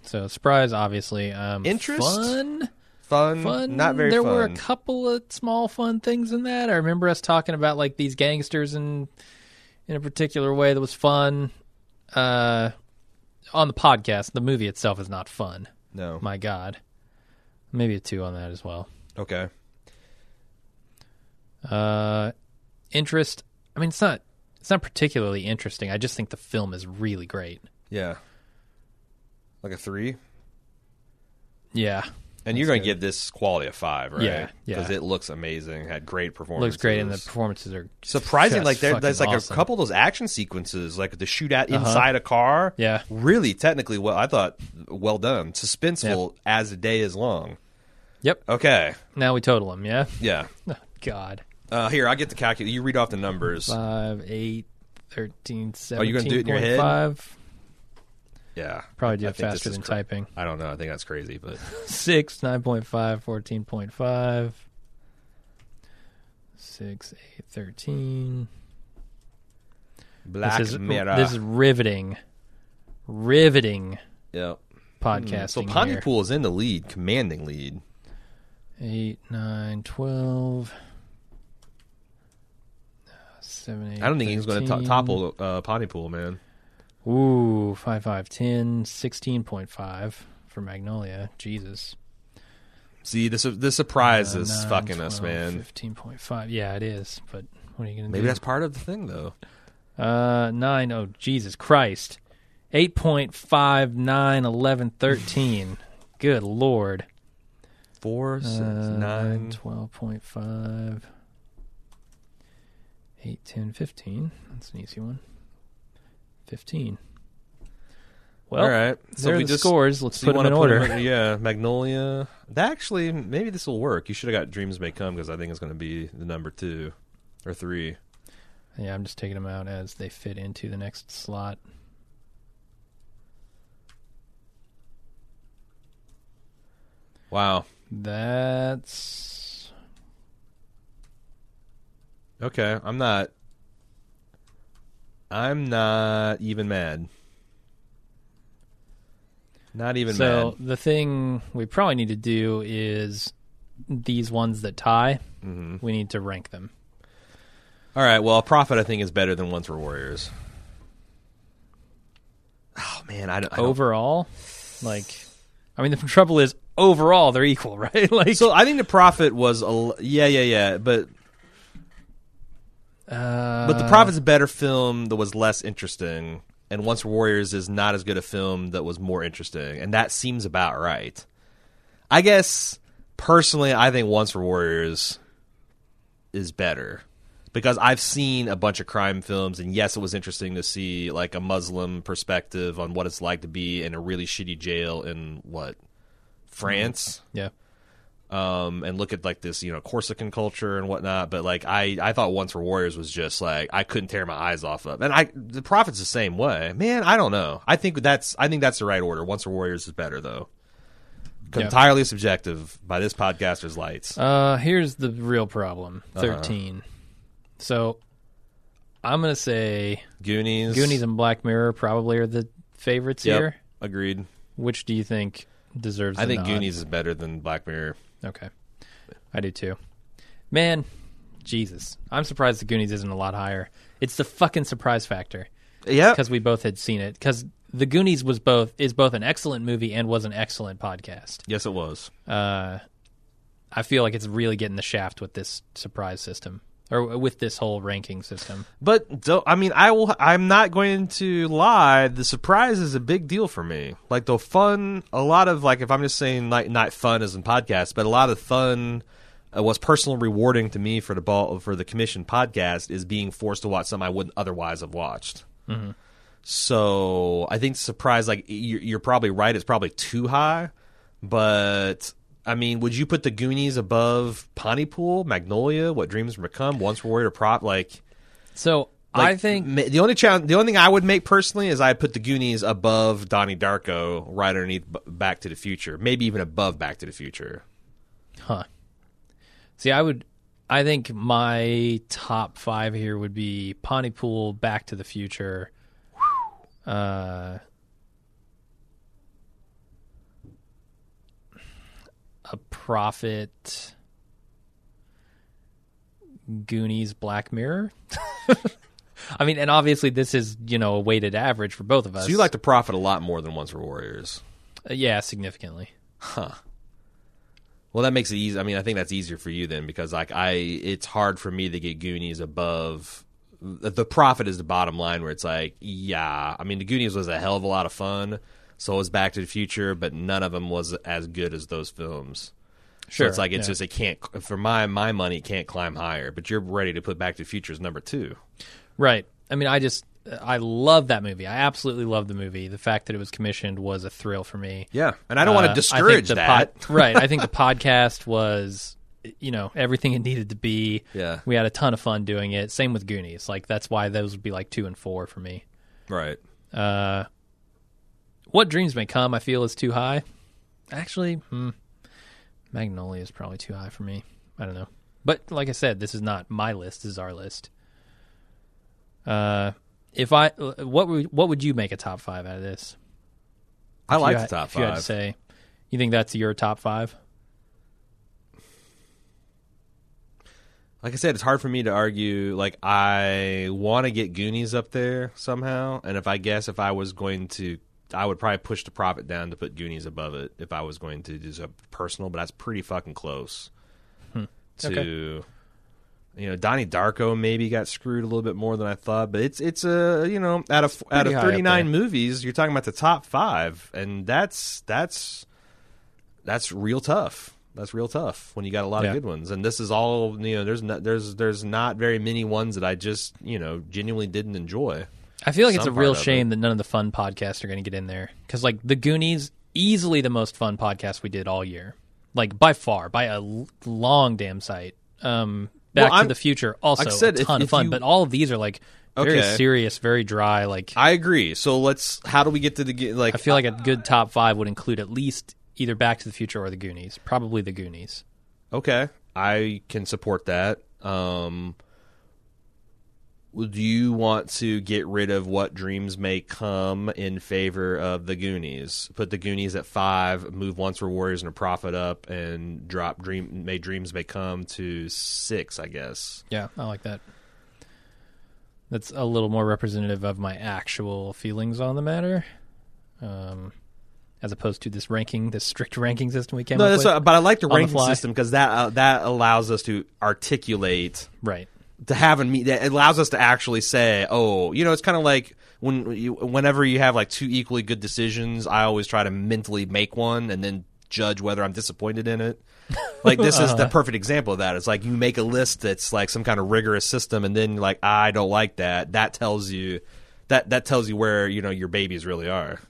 Speaker 2: So surprise, obviously. Um,
Speaker 1: Interest?
Speaker 2: fun,
Speaker 1: fun,
Speaker 2: fun.
Speaker 1: not very
Speaker 2: There
Speaker 1: fun.
Speaker 2: were a couple of small fun things in that. I remember us talking about like these gangsters and in a particular way that was fun. Uh, on the podcast, the movie itself is not fun.
Speaker 1: no,
Speaker 2: My God, maybe a two on that as well.
Speaker 1: okay,
Speaker 2: Uh, interest. I mean, it's not. It's not particularly interesting. I just think the film is really great.
Speaker 1: yeah, like a three.
Speaker 2: Yeah,
Speaker 1: And you're going to give this quality a five, right?
Speaker 2: Yeah, yeah.
Speaker 1: Because it looks amazing, had great performances.
Speaker 2: looks great, and the performances are
Speaker 1: surprising.
Speaker 2: just
Speaker 1: Like there,
Speaker 2: fucking
Speaker 1: there's like
Speaker 2: awesome. Uh-huh.
Speaker 1: a couple of those action sequences, like the shootout inside a car.
Speaker 2: Yeah.
Speaker 1: really technically well. I thought well done, suspenseful as the day is long.
Speaker 2: Yep.
Speaker 1: Okay,
Speaker 2: Now we total them. Yeah. (laughs)
Speaker 1: yeah.
Speaker 2: Oh, God.
Speaker 1: Uh, here, I get the calculator. You read off the numbers.
Speaker 2: Five, eight, thirteen, seventeen.
Speaker 1: Oh, you gonna do it in your head?
Speaker 2: Five.
Speaker 1: yeah,
Speaker 2: Probably do
Speaker 1: I
Speaker 2: it
Speaker 1: think this
Speaker 2: faster
Speaker 1: is
Speaker 2: than
Speaker 1: cor-
Speaker 2: typing.
Speaker 1: I don't know. I think that's crazy,
Speaker 2: (laughs)
Speaker 1: but
Speaker 2: Six, nine point five, fourteen point five. Six, eight, thirteen.
Speaker 1: Black
Speaker 2: this is
Speaker 1: Mirror.
Speaker 2: this is riveting, riveting
Speaker 1: yeah. Mm.
Speaker 2: podcasting.
Speaker 1: Hmm, So
Speaker 2: here.
Speaker 1: Pontypool is in the lead, commanding lead.
Speaker 2: 8, 9, 12. 7, 8,
Speaker 1: I don't think he's going to
Speaker 2: 13.
Speaker 1: topple uh, Pontypool, man.
Speaker 2: Ooh, 5, 5, 10, 16.5 for Magnolia. Jesus.
Speaker 1: See, this this surprise
Speaker 2: Uh,
Speaker 1: is
Speaker 2: 9,
Speaker 1: fucking us,
Speaker 2: 12,
Speaker 1: man.
Speaker 2: 15.5. Yeah, it is, but what are you going to
Speaker 1: Maybe
Speaker 2: do?
Speaker 1: that's part of the thing, though.
Speaker 2: Uh, 9, oh, Jesus Christ. 8.5, 9, 11, 13. Good Lord. Uh,
Speaker 1: Four, six, nine.
Speaker 2: 12.5, 8, 10, 15. That's an easy one. 15. Well,
Speaker 1: All right.
Speaker 2: so we just scores. Let's put them in order. (laughs)
Speaker 1: yeah, Magnolia. That actually, maybe this will work. You should have got Dreams May Come because I think it's going to be the number two or three.
Speaker 2: yeah, I'm just taking them out as they fit into the next slot.
Speaker 1: Wow.
Speaker 2: That's
Speaker 1: Okay. I'm not. I'm not even mad. Not even
Speaker 2: so.
Speaker 1: mad.
Speaker 2: The thing we probably need to do is these ones that tie.
Speaker 1: Mm-hmm.
Speaker 2: We need to rank them.
Speaker 1: All right. Well, Prophet, I think, is better than Once Were Warriors. Oh man, I don't. I don't-
Speaker 2: Overall, like I mean, the (laughs) trouble is overall they're equal, (laughs) right? like,
Speaker 1: So I think the profit was a l- yeah yeah yeah, but
Speaker 2: uh,
Speaker 1: but the profit's a better film that was less interesting, and Once Were Warriors is not as good a film that was more interesting, and that seems about right. I guess personally, I think Once Were Warriors is better because I've seen a bunch of crime films, and yes, it was interesting to see like a Muslim perspective on what it's like to be in a really shitty jail in what France
Speaker 2: yeah,
Speaker 1: um, and look at like this, you know, Corsican culture and whatnot. But like, I, I thought Once for Warriors was just like I couldn't tear my eyes off of, and I the Prophet's the same way. Man, I don't know. I think that's I think that's the right order. Once for Warriors is better though.
Speaker 2: Yeah.
Speaker 1: Entirely subjective by this podcaster's lights.
Speaker 2: Uh, here's the real problem.
Speaker 1: Uh-huh.
Speaker 2: 13 So I'm gonna say
Speaker 1: Goonies,
Speaker 2: Goonies and Black Mirror probably are the favorites
Speaker 1: Yep.
Speaker 2: here.
Speaker 1: Agreed.
Speaker 2: Which do you think deserves?
Speaker 1: I
Speaker 2: the
Speaker 1: think
Speaker 2: nod?
Speaker 1: Goonies is better than Black Mirror.
Speaker 2: Okay, I do too. Man, Jesus, I'm surprised the Goonies isn't a lot higher. It's the fucking surprise factor
Speaker 1: Yeah,
Speaker 2: because we both had seen it. Because the Goonies was both is both an excellent movie and was an excellent podcast.
Speaker 1: yes, it was.
Speaker 2: uh, I feel like it's really getting the shaft with this surprise system or with this whole ranking system.
Speaker 1: But do I mean, I will. I'm not going to lie. The surprise is a big deal for me. Like the fun, a lot of like, if I'm just saying like not fun as in podcasts, but a lot of fun uh, was personally rewarding to me for the ball for the commission podcast is being forced to watch something I wouldn't otherwise have watched. So I think surprise, like you're, you're probably right. It's probably too high, but. I mean, would you put the Goonies above Pontypool, Magnolia, What Dreams Were Become, Once Were Warrior, Prop? Like,
Speaker 2: So I
Speaker 1: like,
Speaker 2: think
Speaker 1: ma- the only challenge, the only thing I would make personally is I put the Goonies above Donnie Darko, right underneath B- Back to the Future, maybe even above Back to the Future.
Speaker 2: Huh. See, I would. I think my top five here would be Pontypool, Back to the Future. Uh, a Prophet, Goonies, Black Mirror. (laughs) I mean, and obviously this is you know a weighted average for both of us.
Speaker 1: So you like to profit a lot more than Once Were Warriors.
Speaker 2: Uh, yeah, significantly.
Speaker 1: Well, that makes it easy. I mean, I think that's easier for you then because like I, it's hard for me to get Goonies above. The the profit is the bottom line where it's like, yeah, I mean, the Goonies was a hell of a lot of fun. So was Back to the Future, but none of them was as good as those films.
Speaker 2: Sure,
Speaker 1: So it's like it's
Speaker 2: yeah.
Speaker 1: just it can't for my my money it can't climb higher. But you're ready to put Back to the Future as number two.
Speaker 2: Right. I mean, I just I love that movie. I absolutely love the movie. The fact that it was commissioned was a thrill for me.
Speaker 1: Yeah, and I don't want
Speaker 2: Uh,
Speaker 1: to
Speaker 2: I think
Speaker 1: discourage
Speaker 2: the
Speaker 1: that.
Speaker 2: pod- right. I
Speaker 1: (laughs)
Speaker 2: think the podcast was you know everything it needed to be.
Speaker 1: Yeah.
Speaker 2: We had a ton of fun doing it. Same with Goonies. Like that's why those would be like 2 and 4 for me.
Speaker 1: right.
Speaker 2: Uh What Dreams May Come I feel is too high. Actually, hmm, Magnolia is probably too high for me. I don't know. But like I said, this is not my list, this is our list. Uh if I what would what would you make a top 5 out of this?
Speaker 1: I like
Speaker 2: If you
Speaker 1: the
Speaker 2: had-
Speaker 1: top
Speaker 2: if You had to
Speaker 1: five.
Speaker 2: say you think that's your top 5?
Speaker 1: like I said, it's hard for me to argue. Like I want to get Goonies up there somehow, and if I guess if I was going to, I would probably push the profit down to put Goonies above it if I was going to do something personal. But that's pretty fucking close
Speaker 2: Hmm.
Speaker 1: to. You know, Donnie Darko maybe got screwed a little bit more than I thought, but it's it's a you know out of out
Speaker 2: Pretty high
Speaker 1: of
Speaker 2: up
Speaker 1: thirty nine
Speaker 2: there.
Speaker 1: movies, you're talking about the top five, and that's that's that's real tough. That's real tough when you got a lot
Speaker 2: Yeah.
Speaker 1: of good ones. And this is all you know. There's not there's there's not very many ones that I just you know genuinely didn't enjoy.
Speaker 2: I feel like it's a
Speaker 1: some
Speaker 2: real
Speaker 1: part of
Speaker 2: shame that none of the fun podcasts are going to get in there because, like, the Goonies easily the most fun podcast we did all year, like by far, by a l- long damn sight. Um, Back
Speaker 1: Well,
Speaker 2: to
Speaker 1: I'm-
Speaker 2: the Future also
Speaker 1: like I said,
Speaker 2: a
Speaker 1: if-
Speaker 2: ton of
Speaker 1: if
Speaker 2: fun,
Speaker 1: you-
Speaker 2: but all of these are like very
Speaker 1: Okay.
Speaker 2: serious, very dry. Like,
Speaker 1: I
Speaker 2: I,
Speaker 1: agree. So let's how do we get to the ge- like
Speaker 2: feel like a good top five would include at least either Back to the Future or the Goonies, probably the Goonies.
Speaker 1: okay? I can support that. Um, do you want to get rid of what dreams may come in favor of the Goonies? Put the Goonies at five, move once for Warriors and a profit up, and drop dream may dreams may come to six. I guess.
Speaker 2: Yeah, I like that. That's a little more representative of my actual feelings on the matter. Um, as opposed to this ranking, this strict (laughs) ranking system we came
Speaker 1: No,
Speaker 2: up
Speaker 1: that's
Speaker 2: with.
Speaker 1: what, but I like the
Speaker 2: the
Speaker 1: ranking
Speaker 2: fly.
Speaker 1: system because that uh, that allows us to articulate
Speaker 2: right.
Speaker 1: to have a meet that allows us to actually say, oh, you know, it's kind of like when you, whenever you have like two equally good decisions, I always try to mentally make one and then judge whether I'm disappointed in it. Like this is the perfect example of that. It's like you make a list that's like some kind of rigorous system, and then you're like I don't like that. That tells you that that tells you where you know your babies really are.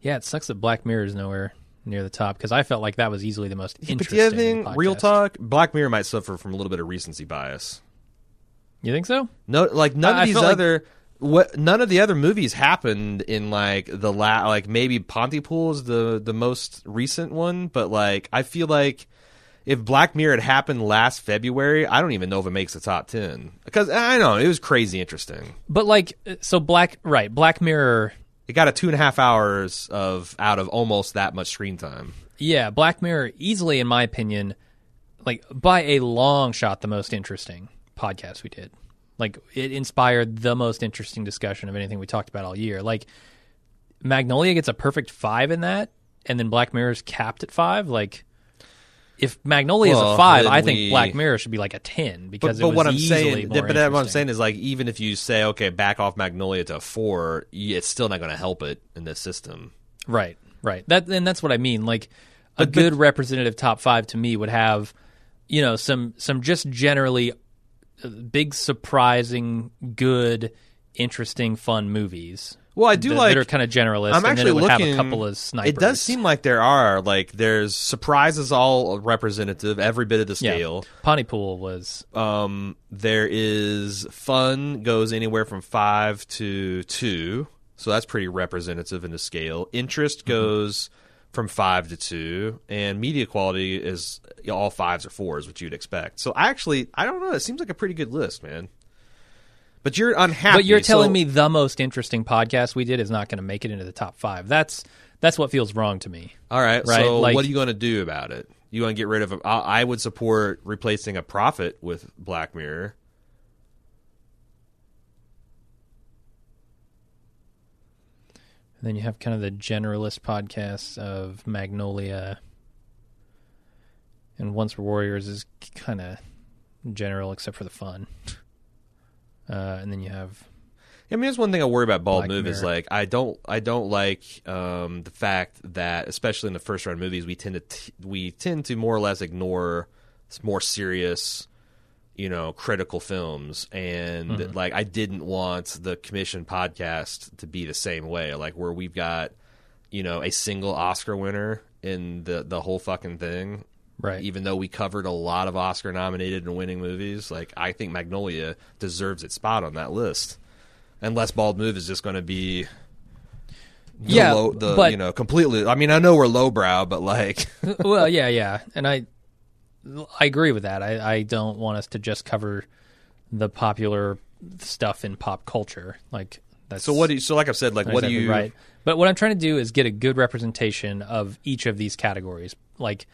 Speaker 2: Yeah, it sucks that Black Mirror is nowhere near the top because I felt like that was easily the most interesting.
Speaker 1: But the other thing,
Speaker 2: podcast.
Speaker 1: real talk, Black Mirror might suffer from a little bit of recency bias.
Speaker 2: You think so?
Speaker 1: No, like none
Speaker 2: I- I
Speaker 1: of these
Speaker 2: felt like-
Speaker 1: other what none of the other movies happened in like the la like maybe Pontypool is the the most recent one, but like I feel like if Black Mirror had happened last February, I don't even know if it makes the top ten because I don't know it was crazy interesting.
Speaker 2: But like, uh, so Black right Black Mirror.
Speaker 1: It got a two and a half hours of out of almost that much screen time.
Speaker 2: Yeah, Black Mirror easily, in my opinion, like by a long shot, the most interesting podcast we did. Like it inspired the most interesting discussion of anything we talked about all year. Like Magnolia gets a perfect five in that, and then Black Mirror's capped at five. Like if Magnolia is
Speaker 1: Well,
Speaker 2: a five,
Speaker 1: then
Speaker 2: I think
Speaker 1: we-
Speaker 2: Black Mirror should be like a ten because
Speaker 1: But, but
Speaker 2: it was
Speaker 1: what I'm
Speaker 2: easily
Speaker 1: saying,
Speaker 2: more
Speaker 1: but that- what I'm
Speaker 2: interesting.
Speaker 1: saying is like even if you say okay, back off Magnolia to a four, y- it's still not going to help it in this system.
Speaker 2: Right, right. That and that's what I mean. Like a good representative top five to me would have, you know, some some just generally uh, big, surprising, good, interesting, fun movies.
Speaker 1: Well, I do
Speaker 2: that,
Speaker 1: like
Speaker 2: that are kind of generalist.
Speaker 1: I'm
Speaker 2: and then
Speaker 1: actually
Speaker 2: it would
Speaker 1: looking.
Speaker 2: have a couple of snipers.
Speaker 1: It does seem like there are like there's surprises all representative, every bit of the
Speaker 2: yeah.
Speaker 1: scale.
Speaker 2: Pontypool was
Speaker 1: Um, there is fun goes anywhere from five to two, so that's pretty representative in the scale. Interest
Speaker 2: Mm-hmm.
Speaker 1: goes from five to two, and media quality is all fives or fours, which you'd expect. So I actually I don't know. It seems like a pretty good list, man. But you're unhappy.
Speaker 2: But you're telling
Speaker 1: so-
Speaker 2: me the most interesting podcast we did is not going to make it into the top five. That's that's what feels wrong to me.
Speaker 1: All right.
Speaker 2: Right,
Speaker 1: So
Speaker 2: like-
Speaker 1: what are you going to do about it? You want to get rid of? A, I, I would support replacing a prophet with Black Mirror.
Speaker 2: And then you have kind of the generalist podcasts of Magnolia and Once Were Warriors is kind of general except for the fun. Uh, and then you have
Speaker 1: I mean, that's one thing I worry about bald
Speaker 2: Black
Speaker 1: movies.
Speaker 2: Mirror.
Speaker 1: Like, I don't, I don't like um, the fact that, especially in the first round movies, we tend to, t- we tend to more or less ignore s- more serious, you know, critical films. And
Speaker 2: Mm-hmm.
Speaker 1: like, I didn't want the commission podcast to be the same way. Like, where we've got, you know, a single Oscar winner in the the whole fucking thing.
Speaker 2: Right.
Speaker 1: Even though we covered a lot of Oscar nominated and winning movies, like I think Magnolia deserves its spot on that list unless bald move is just going to be the
Speaker 2: Yeah,
Speaker 1: low, the
Speaker 2: but-
Speaker 1: you know completely i mean i know we're lowbrow but (laughs) like
Speaker 2: (laughs) well, yeah, yeah, and I I agree with that. I, I don't want us to just cover the popular stuff in pop culture. Like that's
Speaker 1: so what do you so like i've said like
Speaker 2: not
Speaker 1: what
Speaker 2: exactly
Speaker 1: do you
Speaker 2: right? But what I'm trying to do is get a good representation of each of these categories. Like,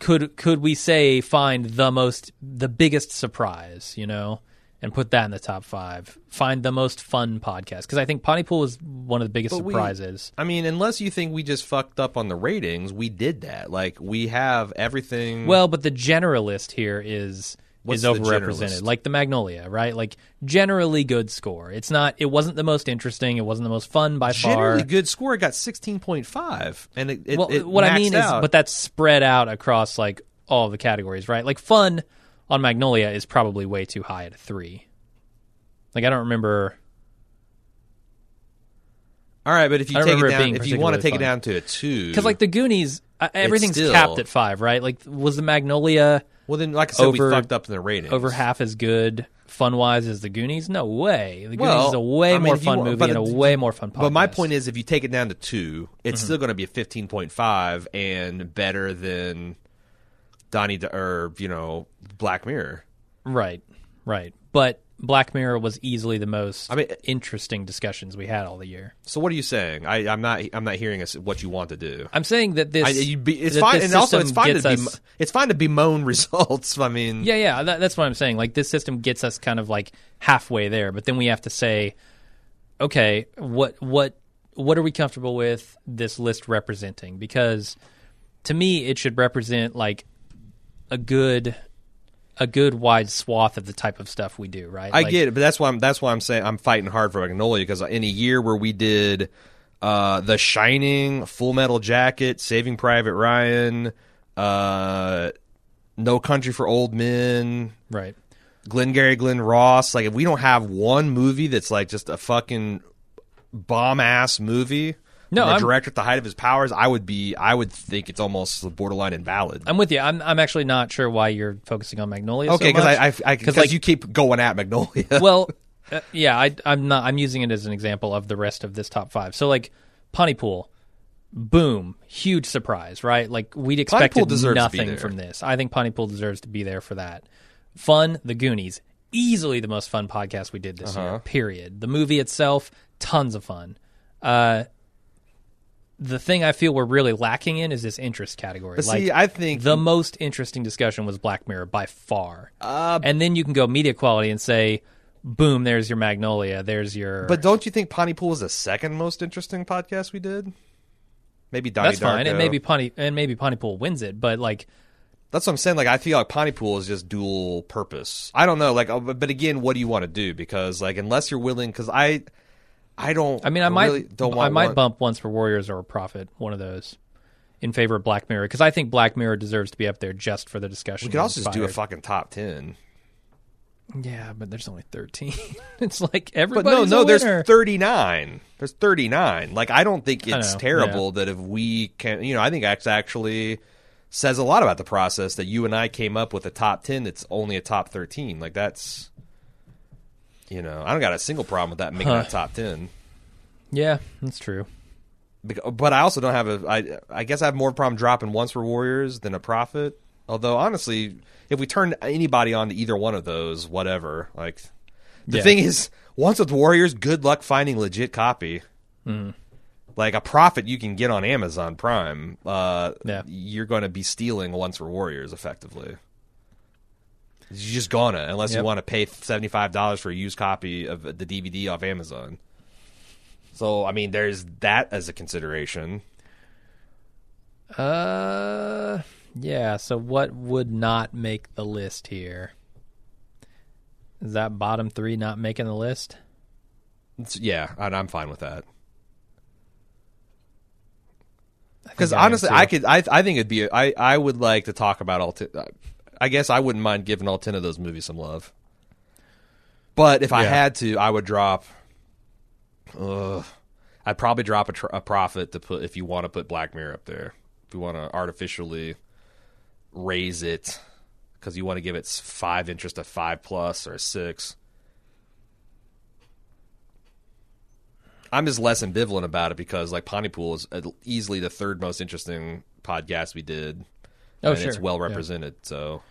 Speaker 2: could could we say find the most the biggest surprise? You know. And put that in the top five. Find the most fun podcast because I think Potty Pool is one of the biggest
Speaker 1: But we-
Speaker 2: surprises.
Speaker 1: i mean unless you think we just fucked up on the ratings we did that like we have everything
Speaker 2: Well, but the generalist here is
Speaker 1: What's
Speaker 2: is
Speaker 1: the
Speaker 2: overrepresented,
Speaker 1: generalist?
Speaker 2: like the Magnolia, right? Like generally good score. It's not. It wasn't the most interesting. It wasn't the most fun by far.
Speaker 1: generally good score it got 16.5 and it, it,
Speaker 2: well,
Speaker 1: it
Speaker 2: what I
Speaker 1: maxed
Speaker 2: mean
Speaker 1: out.
Speaker 2: is, but that's spread out across like all the categories, right? Like fun on Magnolia is probably way too high at a three. Like I don't remember.
Speaker 1: all right but if you
Speaker 2: I don't
Speaker 1: take it
Speaker 2: remember it
Speaker 1: down
Speaker 2: being
Speaker 1: if you want to
Speaker 2: particularly
Speaker 1: take it
Speaker 2: fun.
Speaker 1: down to a two
Speaker 2: Because like the Goonies, uh, everything's
Speaker 1: still-
Speaker 2: capped at five, right? Like was the Magnolia
Speaker 1: well then like i said
Speaker 2: over-
Speaker 1: we fucked up in the ratings
Speaker 2: over half as good fun wise as the Goonies? No way. The Goonies
Speaker 1: Well,
Speaker 2: is a
Speaker 1: I
Speaker 2: way
Speaker 1: mean,
Speaker 2: more
Speaker 1: if you
Speaker 2: fun
Speaker 1: want-
Speaker 2: movie
Speaker 1: but
Speaker 2: and a
Speaker 1: it-
Speaker 2: way more fun podcast. Mm-hmm.
Speaker 1: But my point is, if you take it down to two, it's still going to be a fifteen point five and better than Donnie D- or you know Black Mirror.
Speaker 2: right, right. But Black Mirror was easily the most
Speaker 1: I mean-
Speaker 2: interesting discussions we had all the year.
Speaker 1: So what are you saying? I, I'm not. I'm not hearing us what you want to do.
Speaker 2: I'm saying that this
Speaker 1: I, you'd be, it's
Speaker 2: that
Speaker 1: fine,
Speaker 2: this
Speaker 1: and also it's
Speaker 2: system
Speaker 1: fine to
Speaker 2: gets
Speaker 1: be,
Speaker 2: us-
Speaker 1: it's fine to bemoan (laughs) results. I mean,
Speaker 2: Yeah, yeah, that, that's what I'm saying. Like this system gets us kind of like halfway there, but then we have to say, okay, what what what are we comfortable with this list representing? Because to me, it should represent like a good a good wide swath of the type of stuff we do, right?
Speaker 1: I
Speaker 2: Like,
Speaker 1: get it, but that's why I'm that's why I'm saying I'm fighting hard for Magnolia because in a year where we did uh, The Shining, Full Metal Jacket, Saving Private Ryan, uh, No Country for Old Men,
Speaker 2: right.
Speaker 1: Glengarry Glenn Ross, like if we don't have one movie that's like just a fucking bomb ass movie.
Speaker 2: No,
Speaker 1: from a
Speaker 2: I'm-
Speaker 1: director at the height of his powers, I would be. I would think it's almost borderline invalid.
Speaker 2: I'm with you. I'm I'm actually not sure why you're focusing on Magnolia.
Speaker 1: okay,
Speaker 2: because
Speaker 1: because I, I, I, because
Speaker 2: like-
Speaker 1: you keep going at Magnolia. (laughs)
Speaker 2: well, uh, yeah, I, I'm not. I'm using it as an example of the rest of this top five. So like Pontypool, boom, huge surprise, right? Like we'd expected
Speaker 1: deserves to be
Speaker 2: nothing
Speaker 1: there.
Speaker 2: from this. I think Pontypool deserves to be there for that. Fun, The Goonies, easily the most fun podcast we did this
Speaker 1: Uh-huh.
Speaker 2: year. Period. The movie itself, tons of fun. Uh, the thing I feel we're really lacking in is this interest category.
Speaker 1: But
Speaker 2: like,
Speaker 1: see, I think
Speaker 2: the most interesting discussion was Black Mirror by far.
Speaker 1: Uh,
Speaker 2: and then you can go media quality and say, boom, there's your Magnolia, there's your.
Speaker 1: But don't you think Pontypool was the second most interesting podcast we did? Maybe Donnie
Speaker 2: that's fine.
Speaker 1: Darko.
Speaker 2: And maybe Pony and maybe Pontypool wins it, but like
Speaker 1: that's what I'm saying. Like I feel like Pontypool is just dual purpose. I don't know. Like, uh, but but again, what do you want to do? Because like unless you're willing, because I, I don't.
Speaker 2: I mean, I might
Speaker 1: really don't want.
Speaker 2: I might
Speaker 1: one-
Speaker 2: bump once for Warriors or a Prophet, one of those, in favor of Black Mirror because I think Black Mirror deserves to be up there just for the discussion.
Speaker 1: We could also just do a fucking top ten.
Speaker 2: yeah, but there's only thirteen. (laughs) it's like everybody.
Speaker 1: But no, no, there's
Speaker 2: winner.
Speaker 1: 39. There's 39. Like I don't think
Speaker 2: I
Speaker 1: it's
Speaker 2: know,
Speaker 1: terrible that if we can, you know, I think that's actually says a lot about the process that you and I came up with a top 10 that's only a top 13. Like that's you know, I don't got a single problem with that making
Speaker 2: Huh.
Speaker 1: that top 10.
Speaker 2: yeah, that's true.
Speaker 1: Bec- But I also don't have a I I guess I have more problem dropping once for warriors than a profit. Although honestly, if we turn anybody on to either one of those, whatever. Like the
Speaker 2: Yeah.
Speaker 1: thing is, once with warriors, good luck finding legit copy. Like a profit you can get on Amazon Prime, uh,
Speaker 2: Yeah.
Speaker 1: you're going to be stealing once for warriors effectively. You're just gonna unless you
Speaker 2: Yep.
Speaker 1: want to pay seventy five dollars for a used copy of the DVD off Amazon. So I mean, there's that as a consideration.
Speaker 2: Uh, yeah. So what would not make the list here? Is that bottom three not making the list?
Speaker 1: It's- yeah, and I'm fine with that.
Speaker 2: I think
Speaker 1: Because
Speaker 2: I am
Speaker 1: honestly,
Speaker 2: too.
Speaker 1: I could, I, I think it'd be, I, I would like to talk about all. T- I guess I wouldn't mind giving all ten of those movies some love. But if I
Speaker 2: Yeah.
Speaker 1: had to, I would drop. Ugh, I'd probably drop a, tr- a profit to put if you want to put Black Mirror up there. If you want to artificially raise it, because you want to give it s- five interest a five plus or a six. I'm just less ambivalent about it because like Pontypool is uh, easily the third most interesting podcast we did.
Speaker 2: Oh,
Speaker 1: and It's
Speaker 2: sure.
Speaker 1: well
Speaker 2: Yeah.
Speaker 1: represented. So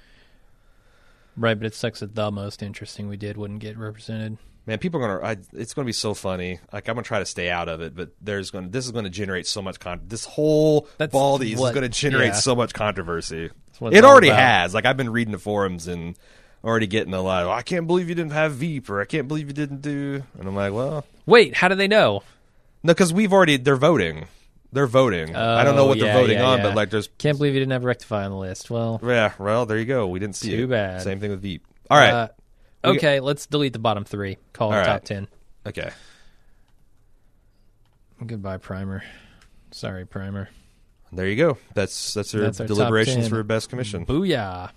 Speaker 2: right, but it sucks that the most interesting we did wouldn't get represented.
Speaker 1: man, people are gonna. I, it's gonna be so funny. Like I'm gonna try to stay out of it, but there's gonna. This is gonna generate so much con. This whole
Speaker 2: That's
Speaker 1: Baldies is
Speaker 2: what-
Speaker 1: gonna generate
Speaker 2: yeah.
Speaker 1: so much controversy.
Speaker 2: what it's
Speaker 1: It
Speaker 2: all
Speaker 1: already
Speaker 2: about.
Speaker 1: has. Like I've been reading the forums and already getting a lot. Of, "Oh, I can't believe you didn't have Veep, or I can't believe you didn't do. And I'm like, well,
Speaker 2: Wait, how do they know?
Speaker 1: no, because we've already. They're voting. They're voting. I don't know
Speaker 2: Oh,
Speaker 1: what they're
Speaker 2: yeah,
Speaker 1: voting
Speaker 2: yeah,
Speaker 1: on,
Speaker 2: yeah.
Speaker 1: but like, there's
Speaker 2: Can't believe you didn't have Rectify on the list. Well,
Speaker 1: Yeah, well, there you go. We didn't see
Speaker 2: Too
Speaker 1: it.
Speaker 2: bad.
Speaker 1: Same thing with Veep. All right.
Speaker 2: uh,
Speaker 1: We-
Speaker 2: okay, let's delete the bottom three. Call it
Speaker 1: All
Speaker 2: top
Speaker 1: right.
Speaker 2: ten.
Speaker 1: okay.
Speaker 2: Goodbye, Primer. Sorry, Primer.
Speaker 1: There you go. That's that's our
Speaker 2: That's our top
Speaker 1: deliberations
Speaker 2: 10.
Speaker 1: for best commission.
Speaker 2: Booyah.